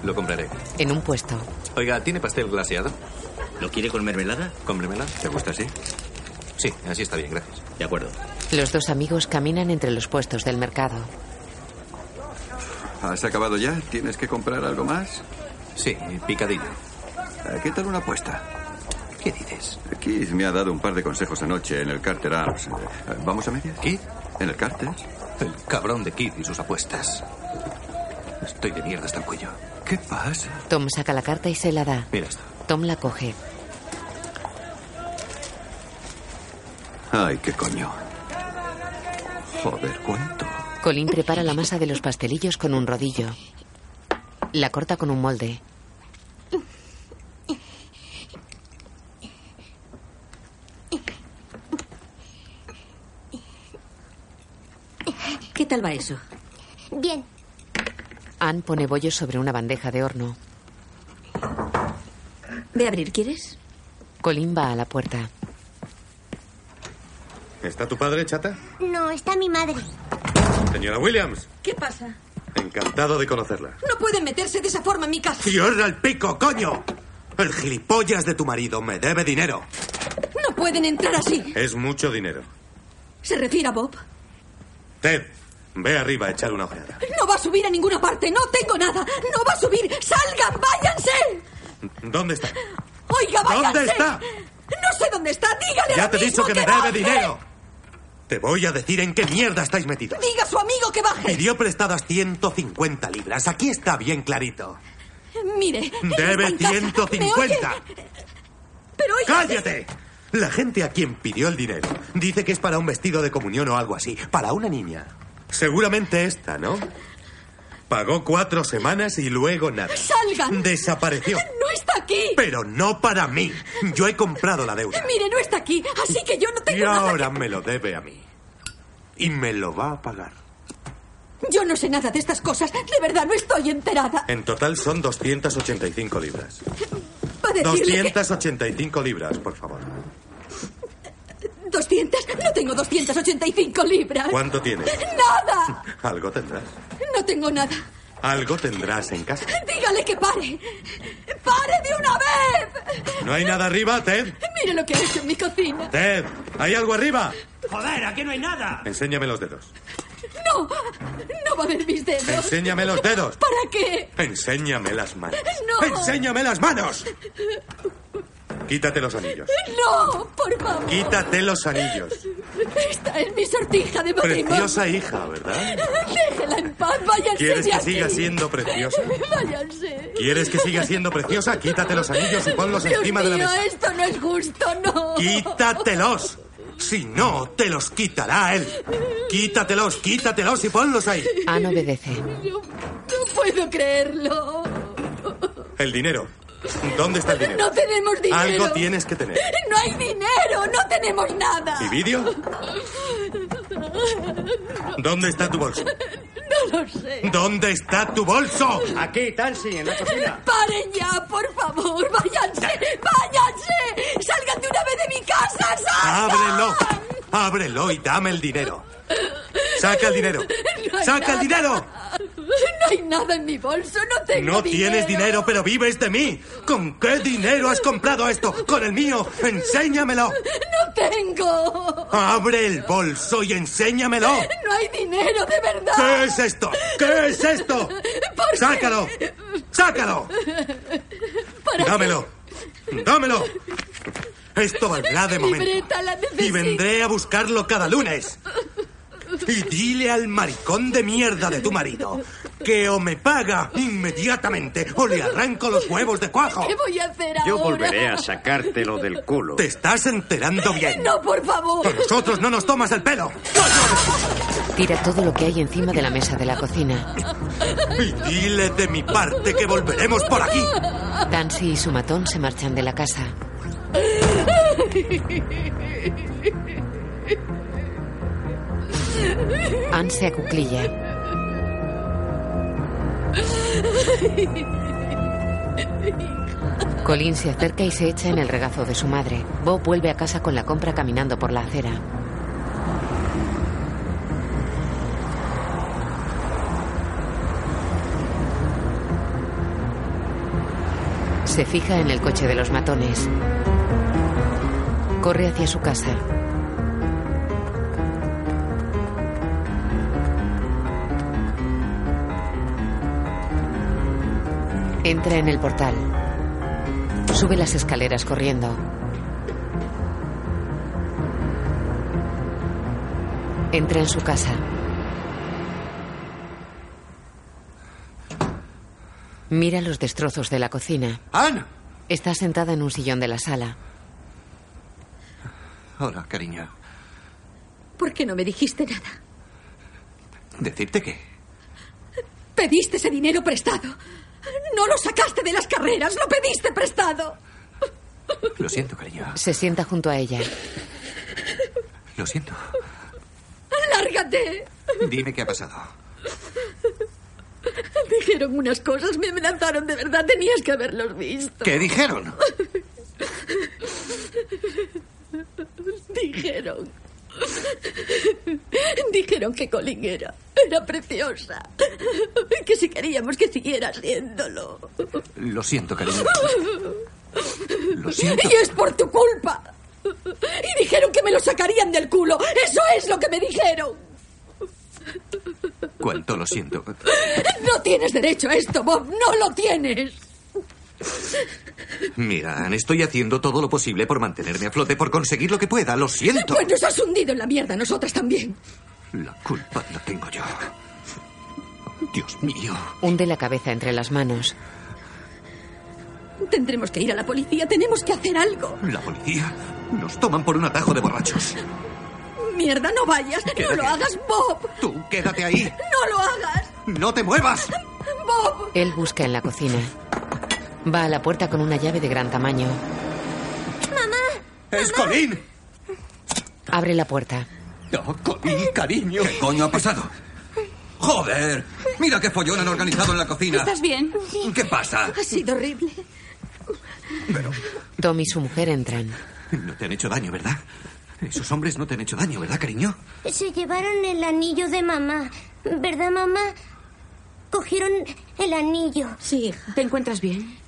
Speaker 10: Lo compraré.
Speaker 2: En un puesto.
Speaker 10: Oiga, ¿tiene pastel glaseado? ¿Lo quiere con mermelada? ¿Con mermelada? ¿Te gusta así? Sí, así está bien, gracias. De acuerdo.
Speaker 2: Los dos amigos caminan entre los puestos del mercado.
Speaker 4: ¿Has acabado ya? ¿Tienes que comprar algo más? Eh,
Speaker 10: Sí, picadillo.
Speaker 4: ¿Qué tal una apuesta?
Speaker 10: ¿Qué dices?
Speaker 4: Keith me ha dado un par de consejos anoche en el Carter Arms. Eh, ¿Vamos a medias? ¿Keith? ¿En el Carter?
Speaker 10: El cabrón de Keith y sus apuestas. Estoy de mierda hasta el cuello. ¿Qué pasa?
Speaker 2: Tom saca la carta y se la da.
Speaker 10: Mira esto.
Speaker 2: Tom la coge.
Speaker 4: Ay, qué coño. Joder, ¿cuánto?
Speaker 2: Colin prepara la masa de los pastelillos con un rodillo. La corta con un molde.
Speaker 11: ¿Qué tal va eso?
Speaker 7: Bien,
Speaker 2: Anne pone bollos sobre una bandeja de horno.
Speaker 11: Ve a abrir, ¿quieres?
Speaker 2: Colin va a la puerta.
Speaker 5: ¿Está tu padre, chata?
Speaker 7: no, está mi madre.
Speaker 5: Señora Williams,
Speaker 17: ¿Qué pasa?
Speaker 5: encantado de conocerla.
Speaker 17: No pueden meterse de esa forma en mi casa.
Speaker 5: ¡Cierra el pico, coño! El gilipollas de tu marido me debe dinero.
Speaker 17: No pueden entrar así.
Speaker 5: Es mucho dinero.
Speaker 17: ¿Se refiere a Bob?
Speaker 5: Ted, ve arriba a echar una ojeada.
Speaker 17: No va a subir a ninguna parte. No tengo nada. No va a subir. ¡Salgan! ¡Váyanse!
Speaker 5: ¿Dónde está?
Speaker 17: ¡Oiga, váyanse!
Speaker 5: ¿Dónde está?
Speaker 17: No sé dónde está. Dígale
Speaker 5: Ya
Speaker 17: ahora
Speaker 5: te he dicho
Speaker 17: mismo
Speaker 5: que me
Speaker 17: baje.
Speaker 5: debe dinero. Te voy a decir en qué mierda estáis metidos.
Speaker 17: Diga a su amigo que baje.
Speaker 5: Me dio prestadas 150 libras. Aquí está bien clarito.
Speaker 17: Mire. él
Speaker 5: Debe
Speaker 17: está en casa. ¿Me oye?
Speaker 5: 150.
Speaker 17: Pero oiga.
Speaker 5: ¡Cállate! La gente a quien pidió el dinero dice que es para un vestido de comunión o algo así, para una niña. Seguramente esta, ¿no? Pagó cuatro semanas y luego nada.
Speaker 17: ¡Salgan!
Speaker 5: Desapareció.
Speaker 17: ¡No está aquí!
Speaker 5: Pero no para mí. Yo he comprado la deuda.
Speaker 17: Mire, no está aquí. Así que yo no
Speaker 5: Y
Speaker 17: tengo nada.
Speaker 5: ahora me lo debe a mí. Y me lo va a pagar.
Speaker 17: Yo no sé nada de estas cosas. De verdad, no estoy enterada.
Speaker 5: En total son 285 libras.
Speaker 17: Va a decirle que-
Speaker 5: 285 libras, por favor.
Speaker 17: 200. No tengo 285 libras.
Speaker 5: ¿Cuánto tienes?
Speaker 17: ¡Nada!
Speaker 5: Algo tendrás.
Speaker 17: No tengo nada.
Speaker 5: Algo tendrás en casa.
Speaker 17: Dígale que pare. ¡Pare de una vez!
Speaker 5: ¿No hay nada arriba, Ted?
Speaker 17: Mire lo que ha hecho en mi cocina.
Speaker 5: Ted, ¿hay algo arriba?
Speaker 17: ¡Joder, aquí no hay nada!
Speaker 5: Enséñame los dedos.
Speaker 17: ¡No! No va a ver mis dedos.
Speaker 5: Enséñame los dedos.
Speaker 17: ¿Para qué?
Speaker 5: Enséñame las manos.
Speaker 17: ¡No!
Speaker 5: ¡Enséñame las manos! Quítate los anillos.
Speaker 17: ¡No! ¡Por favor!
Speaker 5: Quítate los anillos.
Speaker 17: Esta es mi sortija de matrimonio.
Speaker 5: Preciosa hija, ¿verdad?
Speaker 17: Déjela en paz, va Váyanse
Speaker 5: ¿Quieres
Speaker 17: de
Speaker 5: que
Speaker 17: aquí.
Speaker 5: siga siendo preciosa?
Speaker 17: Váyanse.
Speaker 5: ¿Quieres que siga siendo preciosa? Quítate los anillos y ponlos
Speaker 17: Dios
Speaker 5: encima de la
Speaker 17: mío,
Speaker 5: mesa.
Speaker 17: esto no es justo, no.
Speaker 5: ¡Quítatelos! Si no, te los quitará él. Quítatelos, quítatelos y ponlos ahí.
Speaker 2: Anne obedece.
Speaker 17: No puedo creerlo.
Speaker 5: El dinero. ¿Dónde está el dinero?
Speaker 17: No tenemos dinero.
Speaker 5: Algo tienes que tener.
Speaker 17: No hay dinero, no tenemos nada.
Speaker 5: ¿Y vídeo? ¿Dónde está tu bolso?
Speaker 17: No lo sé.
Speaker 5: ¿Dónde está tu bolso?
Speaker 8: Aquí, Tansy, en la cocina.
Speaker 17: ¡Paren ya, por favor! ¡Váyanse! ¡Váyanse! ¡Salgan de una vez de mi casa! ¡Salgan!
Speaker 5: Ábrelo. Ábrelo y dame el dinero. Saca el dinero.
Speaker 17: No hay
Speaker 5: Saca el
Speaker 17: nada.
Speaker 5: dinero.
Speaker 17: No hay nada en mi bolso, no tengo
Speaker 5: No tienes dinero, pero vives de mí. ¿Con qué dinero has comprado esto? Con el mío. Enséñamelo.
Speaker 17: ¡No tengo!
Speaker 5: Ah, Abre el bolso y enséñamelo.
Speaker 17: ¡No hay dinero, de verdad!
Speaker 5: ¿Qué es esto? ¿Qué es esto?
Speaker 17: ¿Por qué?
Speaker 5: Pues, Sácalo. Sácalo.
Speaker 17: ¿Para
Speaker 5: Dámelo. Dámelo. Esto valdrá Pues, de
Speaker 17: qué?
Speaker 5: momento.
Speaker 17: Libreta la
Speaker 5: Y
Speaker 17: necesito.
Speaker 5: vendré a buscarlo cada lunes. Y dile al maricón de mierda de tu marido que o me paga inmediatamente o le arranco los huevos de cuajo.
Speaker 17: ¿Qué voy a hacer ahora?
Speaker 8: Yo volveré a sacártelo del culo.
Speaker 5: Te estás enterando bien.
Speaker 17: ¡No, por favor!
Speaker 5: Con nosotros no nos tomas el pelo.
Speaker 2: Tira todo lo que hay encima de la mesa de la cocina.
Speaker 5: Y dile de mi parte que volveremos por aquí.
Speaker 2: Tansy y su matón se marchan de la casa. Anne se acuclilla. Colin se acerca y se echa en el regazo de su madre. Bo vuelve a casa con la compra caminando por la acera. Se fija en el coche de los matones. Corre hacia su casa. Entra en el portal. Sube las escaleras corriendo. Entra en su casa. Mira los destrozos de la cocina.
Speaker 4: ¡Ann!
Speaker 2: Está sentada en un sillón de la sala.
Speaker 4: Hola, cariño.
Speaker 11: ¿Por qué no me dijiste nada?
Speaker 4: ¿Decirte qué?
Speaker 17: Pediste ese dinero prestado. No lo sacaste de las carreras, lo pediste prestado.
Speaker 4: Lo siento, cariño.
Speaker 2: Se sienta junto a ella.
Speaker 4: Lo siento.
Speaker 17: ¡Lárgate!
Speaker 4: Dime qué ha pasado.
Speaker 17: Dijeron unas cosas, me amenazaron de verdad, tenías que haberlos visto.
Speaker 4: ¿Qué dijeron?
Speaker 17: Dijeron. Dijeron que Colin era, era preciosa. Que si queríamos que siguiera siéndolo.
Speaker 4: Lo siento, cariño. Lo siento.
Speaker 17: Y es por tu culpa. Y dijeron que me lo sacarían del culo. Eso es lo que me dijeron.
Speaker 4: Cuánto lo siento.
Speaker 17: No tienes derecho a esto, Bob. No lo tienes.
Speaker 4: Mira, Ann, estoy haciendo todo lo posible por mantenerme a flote, por conseguir lo que pueda. Lo siento.
Speaker 17: Pues nos has hundido en la mierda, nosotras también.
Speaker 4: La culpa la tengo yo. Dios mío.
Speaker 2: Hunde la cabeza entre las manos.
Speaker 17: Tendremos que ir a la policía, tenemos que hacer algo.
Speaker 4: La policía nos toman por un atajo de borrachos.
Speaker 17: Mierda, no vayas, no
Speaker 4: Quédate.
Speaker 17: lo hagas, Bob.
Speaker 4: Tú quédate ahí.
Speaker 17: No lo hagas,
Speaker 4: No te muevas.
Speaker 17: Bob.
Speaker 2: Él busca en la cocina. Va a la puerta con una llave de gran tamaño.
Speaker 4: ¡Es Colin!
Speaker 2: Abre la puerta.
Speaker 4: No, Colin, cariño. ¿Qué coño ha pasado? ¡Joder! Mira qué follón han organizado en la cocina.
Speaker 30: ¿Estás bien?
Speaker 4: ¿Qué pasa?
Speaker 30: Ha sido horrible.
Speaker 2: Tom y su mujer entran.
Speaker 4: No te han hecho daño, ¿verdad? Esos hombres no te han hecho daño, ¿verdad, cariño?
Speaker 7: Se llevaron el anillo de mamá. ¿Verdad, mamá? Cogieron el anillo.
Speaker 30: Sí, hija. ¿Te encuentras bien?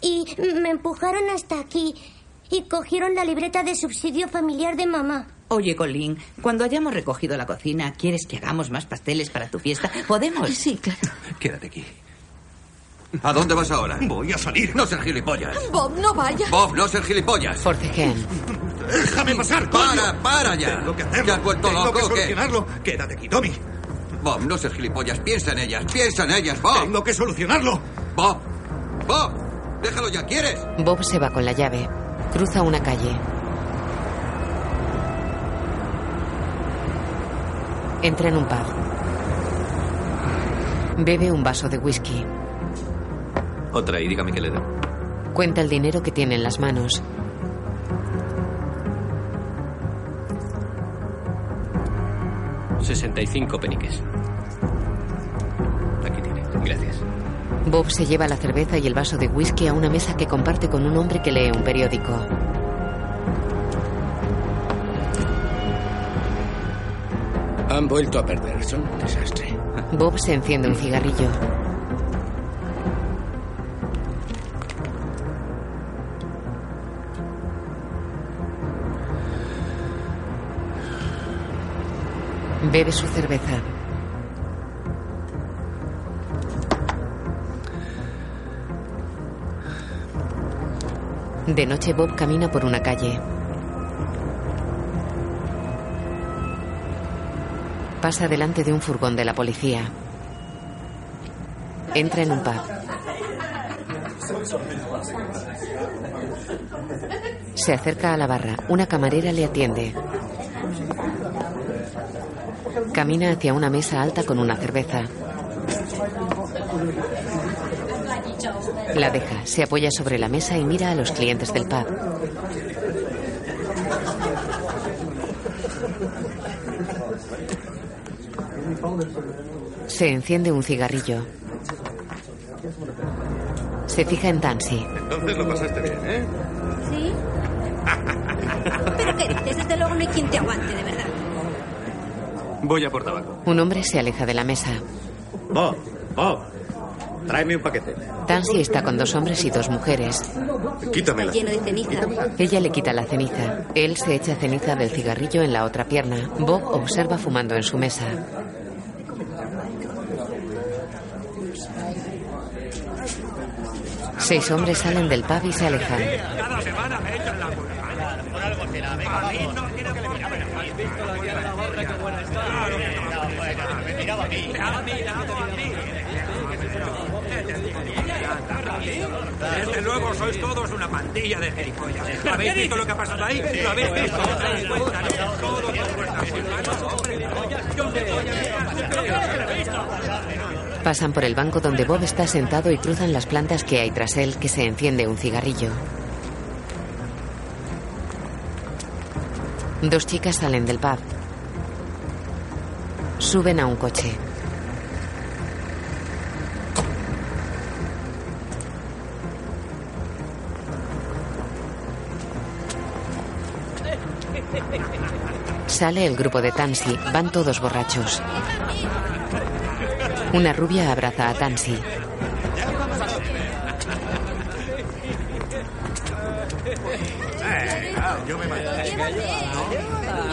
Speaker 7: Y me empujaron hasta aquí. Y cogieron la libreta de subsidio familiar de mamá.
Speaker 12: Oye, Colin, cuando hayamos recogido la cocina, ¿quieres que hagamos más pasteles para tu fiesta? ¿Podemos? Sí, claro.
Speaker 4: Quédate aquí. ¿A dónde vas ahora? Voy a salir. No ser gilipollas.
Speaker 17: Bob, no vayas.
Speaker 4: Bob, no ser gilipollas.
Speaker 2: Forcejean.
Speaker 4: Déjame pasar. Para, para ya. pues, ¿Te has vuelto
Speaker 5: Tengo
Speaker 4: loco
Speaker 5: que
Speaker 4: o qué?
Speaker 5: solucionarlo. Quédate aquí, Tommy.
Speaker 3: Bob, no seas gilipollas. Piensa en ellas, piensa en ellas, Bob. Tengo que solucionarlo. Bob, Bob, déjalo ya, ¿quieres?
Speaker 2: Bob se va con la llave. Cruza una calle. Entra en un pub. Bebe un vaso de whisky.
Speaker 4: Otra y dígame qué le da.
Speaker 2: Cuenta el dinero que tiene en las manos.
Speaker 6: cinco peniques. Aquí tiene. Gracias.
Speaker 2: Bob se lleva la cerveza y el vaso de whisky a una mesa que comparte con un hombre que lee un periódico.
Speaker 37: Han vuelto a perder. Son un desastre.
Speaker 2: Bob se enciende un cigarrillo. Bebe su cerveza. De noche Bob camina por una calle. Pasa delante de un furgón de la policía. Entra en un pub. Se acerca a la barra. Una camarera le atiende. Camina hacia una mesa alta con una cerveza. La deja, se apoya sobre la mesa y mira a los clientes del pub. Se enciende un cigarrillo. Se fija en Tansy.
Speaker 5: Entonces lo pasaste bien, ¿eh?
Speaker 17: ¿Sí? ¿Pero qué dices? Desde luego no hay quien te aguante, de verdad.
Speaker 37: Voy a por tabaco.
Speaker 2: Un hombre se aleja de la mesa.
Speaker 38: Bob, Bob, tráeme un paquete.
Speaker 2: Tansy está con dos hombres y dos mujeres.
Speaker 38: Quítamela.
Speaker 17: de ceniza.
Speaker 2: Ella le quita la ceniza. Él se echa ceniza del cigarrillo en la otra pierna. Bob observa fumando en su mesa. Seis hombres salen del pub y se alejan.
Speaker 6: Desde luego sois todos una pandilla de gilipollas. ¿Habéis visto lo que ha pasado ahí? ¿Lo habéis visto?
Speaker 2: Pasan por el banco donde Bob está sentado y cruzan las plantas que hay tras él, que se enciende un cigarrillo. Dos chicas salen del pub. Suben a un coche. Sale el grupo de Tansy. Van todos borrachos. Una rubia abraza a Tansy.
Speaker 6: Yo me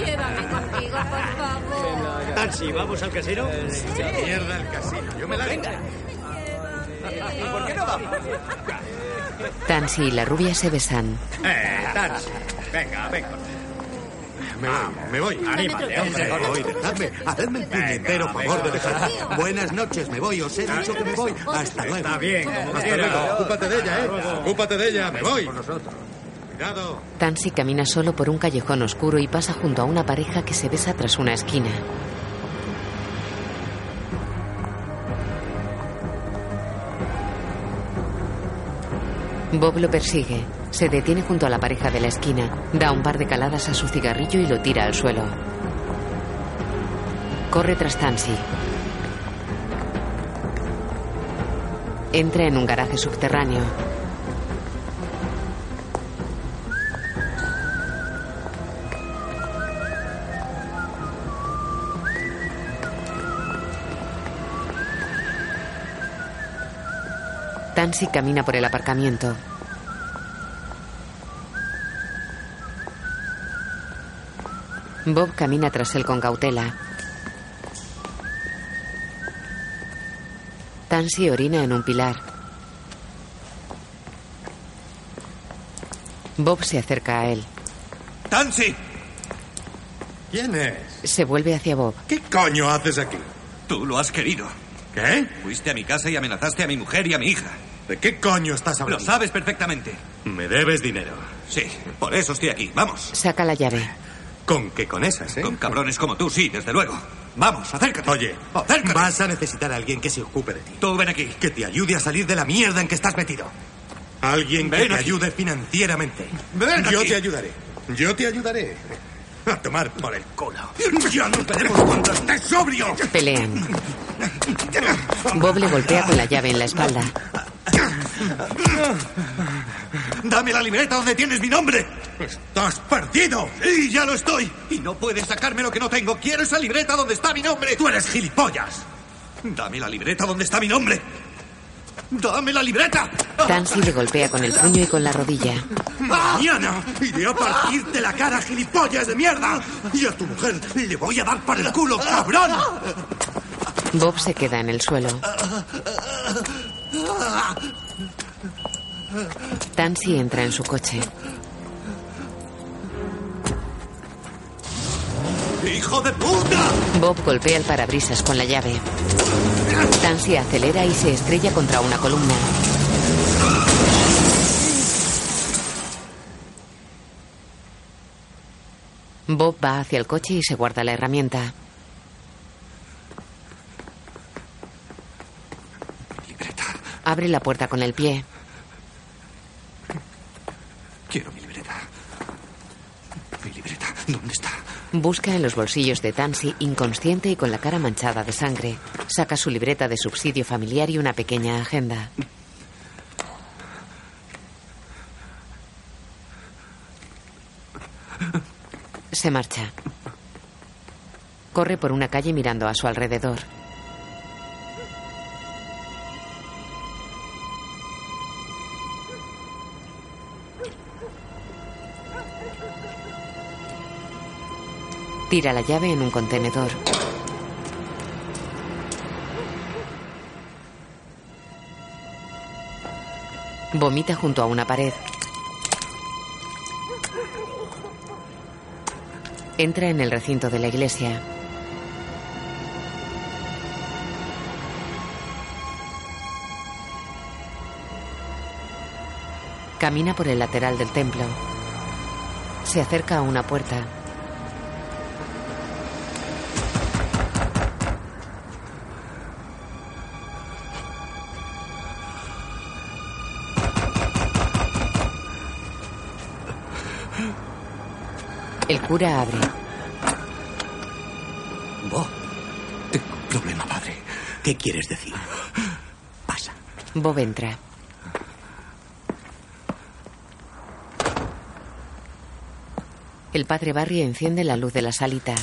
Speaker 17: Llévame contigo, por favor.
Speaker 38: Taxi, ¿vamos al casino?
Speaker 6: Mierda Eh, el casino. Yo me la Venga. ¿Y por qué no vamos?
Speaker 2: Tansy y la rubia se besan.
Speaker 38: Eh, Taxi. Venga, venga.
Speaker 5: Me voy, me voy.
Speaker 38: Anímate, hombre.
Speaker 5: Me voy, dejadme. Hacedme el puñetero favor de dejarme. Buenas noches, me voy. Os he dicho que me voy. Hasta luego. Está
Speaker 38: bien.
Speaker 5: Hasta
Speaker 38: quieras.
Speaker 5: luego. Ocúpate de ella, ¿eh? Ocúpate de ella. Me voy. Cuidado.
Speaker 2: Tansy camina solo por un callejón oscuro y pasa junto a una pareja que se besa tras una esquina. Bob lo persigue. Se detiene junto a la pareja de la esquina, da un par de caladas a su cigarrillo y lo tira al suelo. Corre tras Tansy. Entra en un garaje subterráneo. Tansy camina por el aparcamiento. Bob camina tras él con cautela. Tansy orina en un pilar. Bob se acerca a él.
Speaker 5: ¡Tansy! ¿Quién es?
Speaker 2: Se vuelve hacia Bob.
Speaker 5: ¿Qué coño haces aquí?
Speaker 4: Tú lo has querido.
Speaker 5: ¿Qué?
Speaker 4: Fuiste a mi casa y amenazaste a mi mujer y a mi hija.
Speaker 5: ¿De qué coño estás hablando?
Speaker 4: Lo sabes perfectamente.
Speaker 5: Me debes dinero.
Speaker 4: Sí, por eso estoy aquí. Vamos.
Speaker 2: Saca la llave.
Speaker 5: Con que con esas, ¿eh?
Speaker 4: Con cabrones como tú, sí, desde luego. Vamos, acércate.
Speaker 5: Oye, vas a necesitar a alguien que se ocupe de ti.
Speaker 4: Tú ven aquí.
Speaker 5: Que te ayude a salir de la mierda en que estás metido. Alguien que
Speaker 4: Ven
Speaker 5: te
Speaker 4: aquí.
Speaker 5: ayude financieramente.
Speaker 4: Ven
Speaker 5: Yo
Speaker 4: aquí.
Speaker 5: te ayudaré. Yo te ayudaré. A tomar por el culo. Ya nos veremos cuando estés sobrio.
Speaker 2: Pelean. Bob le golpea con la llave en la espalda.
Speaker 4: Dame la libreta donde tienes mi nombre. Estás perdido. Y ya lo estoy. Y no puedes sacarme lo que no tengo. Quiero esa libreta donde está mi nombre. Tú eres gilipollas. Dame la libreta donde está mi nombre. Dame la libreta.
Speaker 2: Tansy le golpea con el puño y con la rodilla.
Speaker 5: Mañana iré a partirte la cara, gilipollas de mierda. Y a tu mujer le voy a dar por el culo, cabrón.
Speaker 2: Bob se queda en el suelo. Tansy entra en su coche.
Speaker 4: ¡Hijo de puta!
Speaker 2: Bob golpea el parabrisas con la llave. Tansy acelera y se estrella contra una columna. Bob va hacia el coche y se guarda la herramienta. Abre la puerta con el pie.
Speaker 4: Quiero mi libreta. Mi libreta. ¿Dónde está?
Speaker 2: Busca en los bolsillos de Tansy, inconsciente y con la cara manchada de sangre. Saca su libreta de subsidio familiar y una pequeña agenda. Se marcha. Corre por una calle mirando a su alrededor. Tira la llave en un contenedor. Vomita junto a una pared. Entra en el recinto de la iglesia. Camina por el lateral del templo. Se acerca a una puerta. El cura abre.
Speaker 6: Bob, tengo un problema, padre. ¿Qué quieres decir?
Speaker 2: Bob entra. El padre Barry enciende la luz de la salita.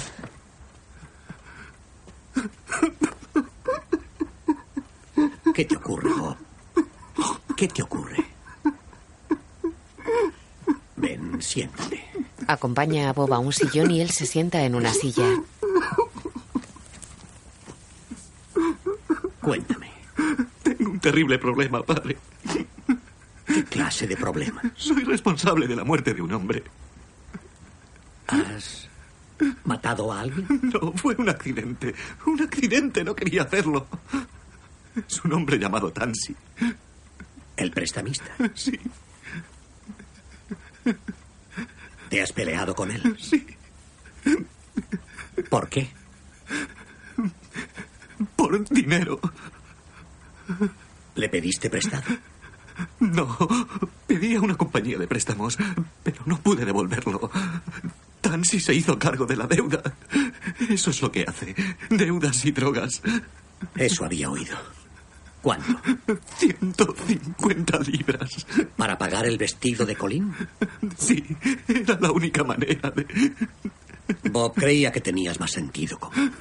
Speaker 6: ¿Qué te ocurre, Bob? ¿Qué te ocurre? Ven, siéntate.
Speaker 2: Acompaña a Bob a un sillón y él se sienta en una silla.
Speaker 6: Cuéntame,
Speaker 10: Tengo un terrible problema, padre.
Speaker 6: ¿qué clase de problema?
Speaker 10: Soy responsable de la muerte de un hombre.
Speaker 6: ¿Has matado a alguien?
Speaker 10: No, fue un accidente. Un accidente, no quería hacerlo. Es un hombre llamado Tansy.
Speaker 6: ¿El prestamista?
Speaker 10: Sí,
Speaker 6: ¿Te has peleado con él? Sí. ¿Por qué?
Speaker 10: por dinero.
Speaker 6: ¿Le pediste prestado?
Speaker 10: No, pedí a una compañía de préstamos, pero no pude devolverlo. Tansy se hizo cargo de la deuda. Eso es lo que hace. Deudas y drogas.
Speaker 6: Eso había oído. ¿Cuánto?
Speaker 10: 150 libras.
Speaker 6: ¿Para pagar el vestido de Colin?
Speaker 10: Sí, era la única manera de...
Speaker 6: Bob creía que tenías más sentido común.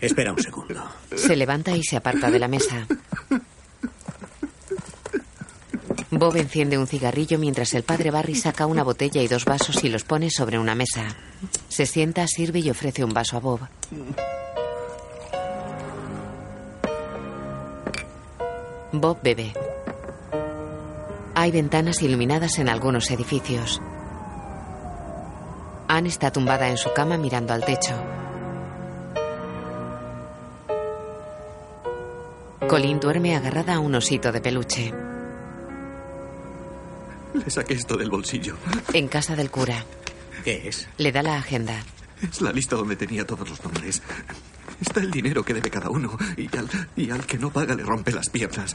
Speaker 6: Espera un segundo.
Speaker 2: Se levanta y se aparta de la mesa. Bob enciende un cigarrillo mientras el padre Barry saca una botella y dos vasos y los pone sobre una mesa. Se sienta, sirve y ofrece un vaso a Bob. Bob bebe. Hay ventanas iluminadas en algunos edificios. Anne está tumbada en su cama mirando al techo. Colin duerme agarrada a un osito de peluche.
Speaker 10: Le saqué esto del bolsillo.
Speaker 2: En casa del cura.
Speaker 10: ¿Qué es?
Speaker 2: Le da la agenda.
Speaker 10: Es la lista donde tenía todos los nombres. Está el dinero que debe cada uno y al, y al que no paga le rompe las piernas.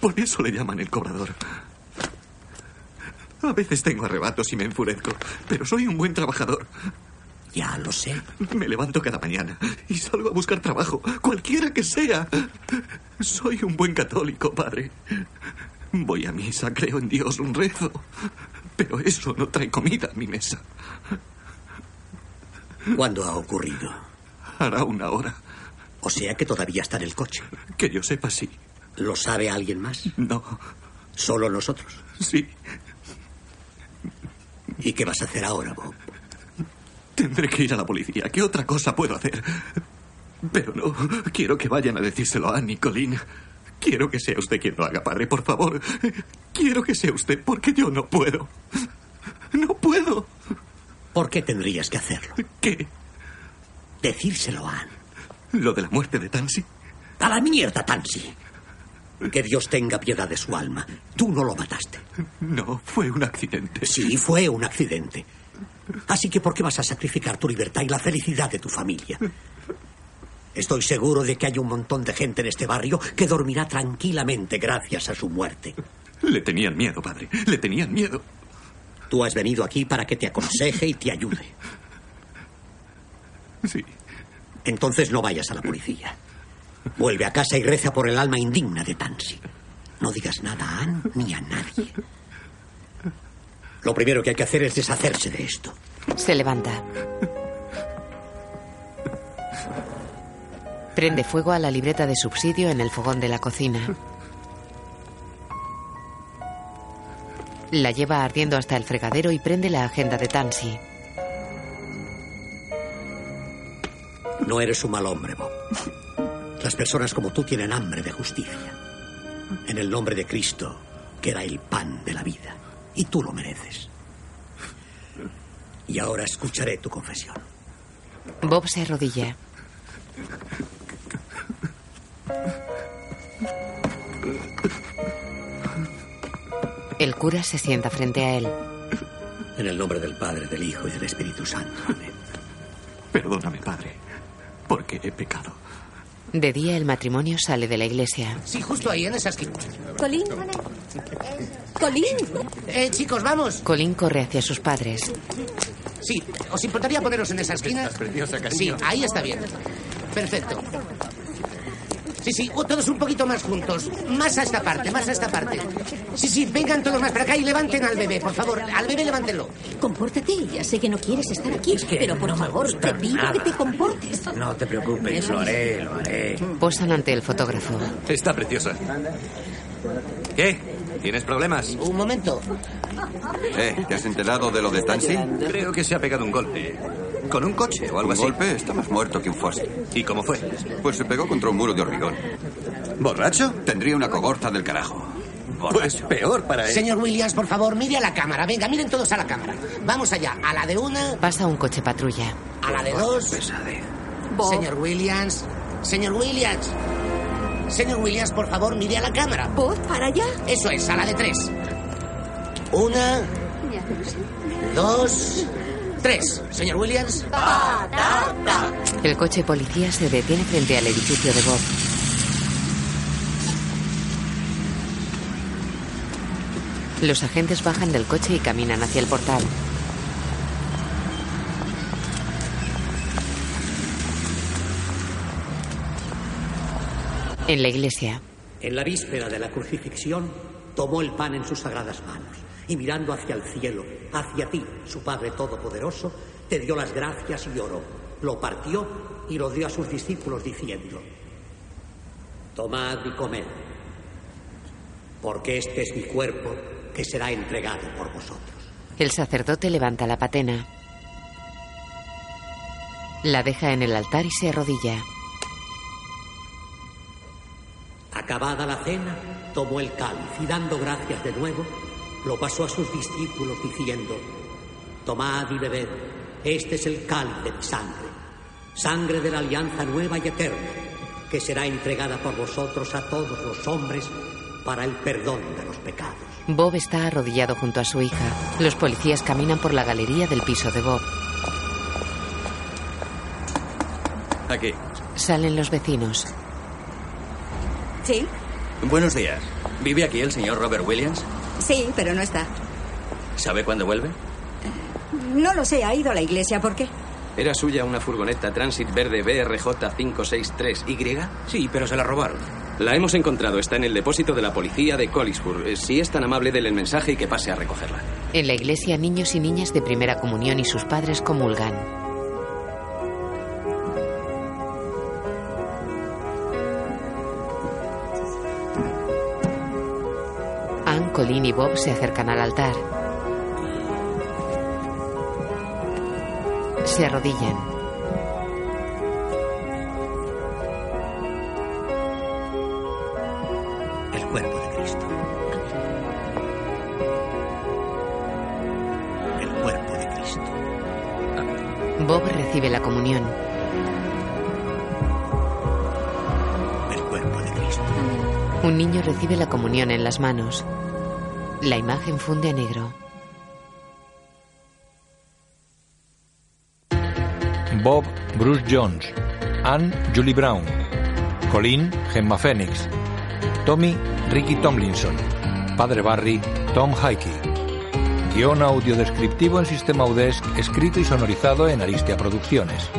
Speaker 10: Por eso le llaman el cobrador. A veces tengo arrebatos y me enfurezco, pero soy un buen trabajador. Ya lo sé. Me levanto cada mañana y salgo a buscar trabajo, cualquiera que sea. Soy un buen católico, padre. Voy a misa, creo en Dios, un rezo. Pero eso no trae comida a mi mesa.
Speaker 31: ¿Cuándo ha ocurrido?
Speaker 10: Hará una hora.
Speaker 31: O sea que todavía está en el coche.
Speaker 10: Que yo sepa, sí.
Speaker 31: ¿Lo sabe alguien más?
Speaker 10: No.
Speaker 31: ¿Solo nosotros?
Speaker 10: Sí.
Speaker 31: ¿Y qué vas a hacer ahora, Bob?
Speaker 10: Tendré que ir a la policía. ¿Qué otra cosa puedo hacer? Pero no, quiero que vayan a decírselo a Nicolín. Quiero que sea usted quien lo haga, padre, por favor. Quiero que sea usted, porque yo no puedo. No puedo.
Speaker 31: ¿Por qué tendrías que hacerlo?
Speaker 10: ¿Qué?
Speaker 31: Decírselo a Ann.
Speaker 10: ¿Lo de la muerte de Tansy?
Speaker 31: ¡A la mierda, Tansy! Que Dios tenga piedad de su alma. Tú no lo mataste.
Speaker 10: No, fue un accidente.
Speaker 31: Sí, fue un accidente. Así que ¿por qué vas a sacrificar tu libertad y la felicidad de tu familia? Estoy seguro de que hay un montón de gente en este barrio que dormirá tranquilamente gracias a su muerte.
Speaker 10: Le tenían miedo, padre. Le tenían miedo.
Speaker 31: Tú has venido aquí para que te aconseje y te ayude.
Speaker 10: Sí.
Speaker 31: Entonces no vayas a la policía. Vuelve a casa y reza por el alma indigna de Tansy. No digas nada a Ann ni a nadie. Lo primero que hay que hacer es deshacerse de esto.
Speaker 2: Se levanta. Prende fuego a la libreta de subsidio en el fogón de la cocina. La lleva ardiendo hasta el fregadero y prende la agenda de Tansy.
Speaker 31: No eres un mal hombre, Bob. Las personas como tú tienen hambre de justicia. En el nombre de Cristo, que da el pan de la vida. Y tú lo mereces. Y ahora escucharé tu confesión.
Speaker 2: Bob se arrodilla. El cura se sienta frente a él.
Speaker 31: En el nombre del Padre, del Hijo y del Espíritu Santo. Amén.
Speaker 10: Perdóname, padre, porque he pecado.
Speaker 2: De día el matrimonio sale de la iglesia.
Speaker 19: Sí, justo ahí, en esa esquina.
Speaker 2: Colín.
Speaker 19: Colín. Eh, chicos, vamos.
Speaker 2: Colin corre hacia sus padres.
Speaker 19: Sí, ¿os importaría poneros en esa esquina?
Speaker 10: Estás preciosa,
Speaker 19: Sí,
Speaker 10: cariño.
Speaker 19: ahí está bien. Perfecto. Sí, sí, o todos un poquito más juntos. Más a esta parte, más a esta parte. Sí, sí, vengan todos más para acá y levanten al bebé, por favor. Al bebé levántenlo.
Speaker 11: Compórtate, ya sé que no quieres estar aquí, pero por favor, te pido que te comportes.
Speaker 19: No te preocupes,
Speaker 11: lo haré,
Speaker 19: lo haré.
Speaker 2: Posan ante el fotógrafo.
Speaker 4: Está preciosa. ¿Qué? ¿Tienes problemas?
Speaker 19: Un momento.
Speaker 4: Eh, ¿te has enterado de lo de Tansy? Creo que se ha pegado un golpe. ¿Con un coche o algo así? golpe? Está más muerto que un fuerte. ¿Y cómo fue? Pues se pegó contra un muro de hormigón. ¿Borracho? Tendría una cogorza del carajo. Pues peor para
Speaker 19: Señor Williams, por favor, mire a la cámara. Venga, miren todos a la cámara. Vamos allá. A la de una,
Speaker 2: Pasa un coche patrulla.
Speaker 19: a la de dos. Señor Williams. Señor Williams. Señor Williams, por favor, mire a la cámara.
Speaker 17: ¿Vos para allá?
Speaker 19: Eso es, a la de tres. Una, dos, tres. Señor Williams.
Speaker 2: El coche policía se detiene frente al edificio de Bob. Los agentes bajan del coche y caminan hacia el portal. En la iglesia,
Speaker 19: En la víspera de la crucifixión, tomó el pan en sus sagradas manos y mirando hacia el cielo, hacia ti, su Padre Todopoderoso, te dio las gracias y oró. Lo partió y lo dio a sus discípulos diciendo, Tomad y comed, porque este es mi cuerpo que será entregado por vosotros.
Speaker 2: el sacerdote levanta la patena. La deja en el altar y se arrodilla.
Speaker 19: Acabada la cena, tomó el cáliz y dando gracias de nuevo, lo pasó a sus discípulos diciendo, Tomad y bebed, este es el cáliz de mi sangre, sangre de la alianza nueva y eterna, que será entregada por vosotros a todos los hombres para el perdón de los pecados.
Speaker 2: Bob está arrodillado junto a su hija. Los policías caminan por la galería del piso de Bob.
Speaker 4: Aquí.
Speaker 2: Salen los vecinos.
Speaker 11: Sí,
Speaker 4: Buenos días. ¿Vive aquí el señor Robert Williams?
Speaker 11: sí, pero no está.
Speaker 4: ¿Sabe cuándo vuelve?
Speaker 11: No lo sé, ha ido a la iglesia. ¿Por qué?
Speaker 6: ¿Era suya una furgoneta Transit Verde BRJ563Y? Sí, pero se la robaron. La hemos encontrado, está en el depósito de la policía de Collinsburg. Eh, Si es tan amable, del el mensaje y que pase a recogerla.
Speaker 2: En la iglesia, niños y niñas de primera comunión y sus padres comulgan. Ann, Colin y Bob se acercan al altar. Se arrodillan.
Speaker 19: El cuerpo de Cristo. El cuerpo de Cristo.
Speaker 2: Bob recibe la comunión. Un niño recibe la comunión en las manos. La imagen funde a negro.
Speaker 1: Bob, Bruce Jones. Anne, Julie Brown. Colin, Gemma Phoenix. Tommy, Ricky Tomlinson. Padre Barry, Tom Hickey. Guión audio descriptivo en sistema UDESC, escrito y sonorizado en Aristia Producciones.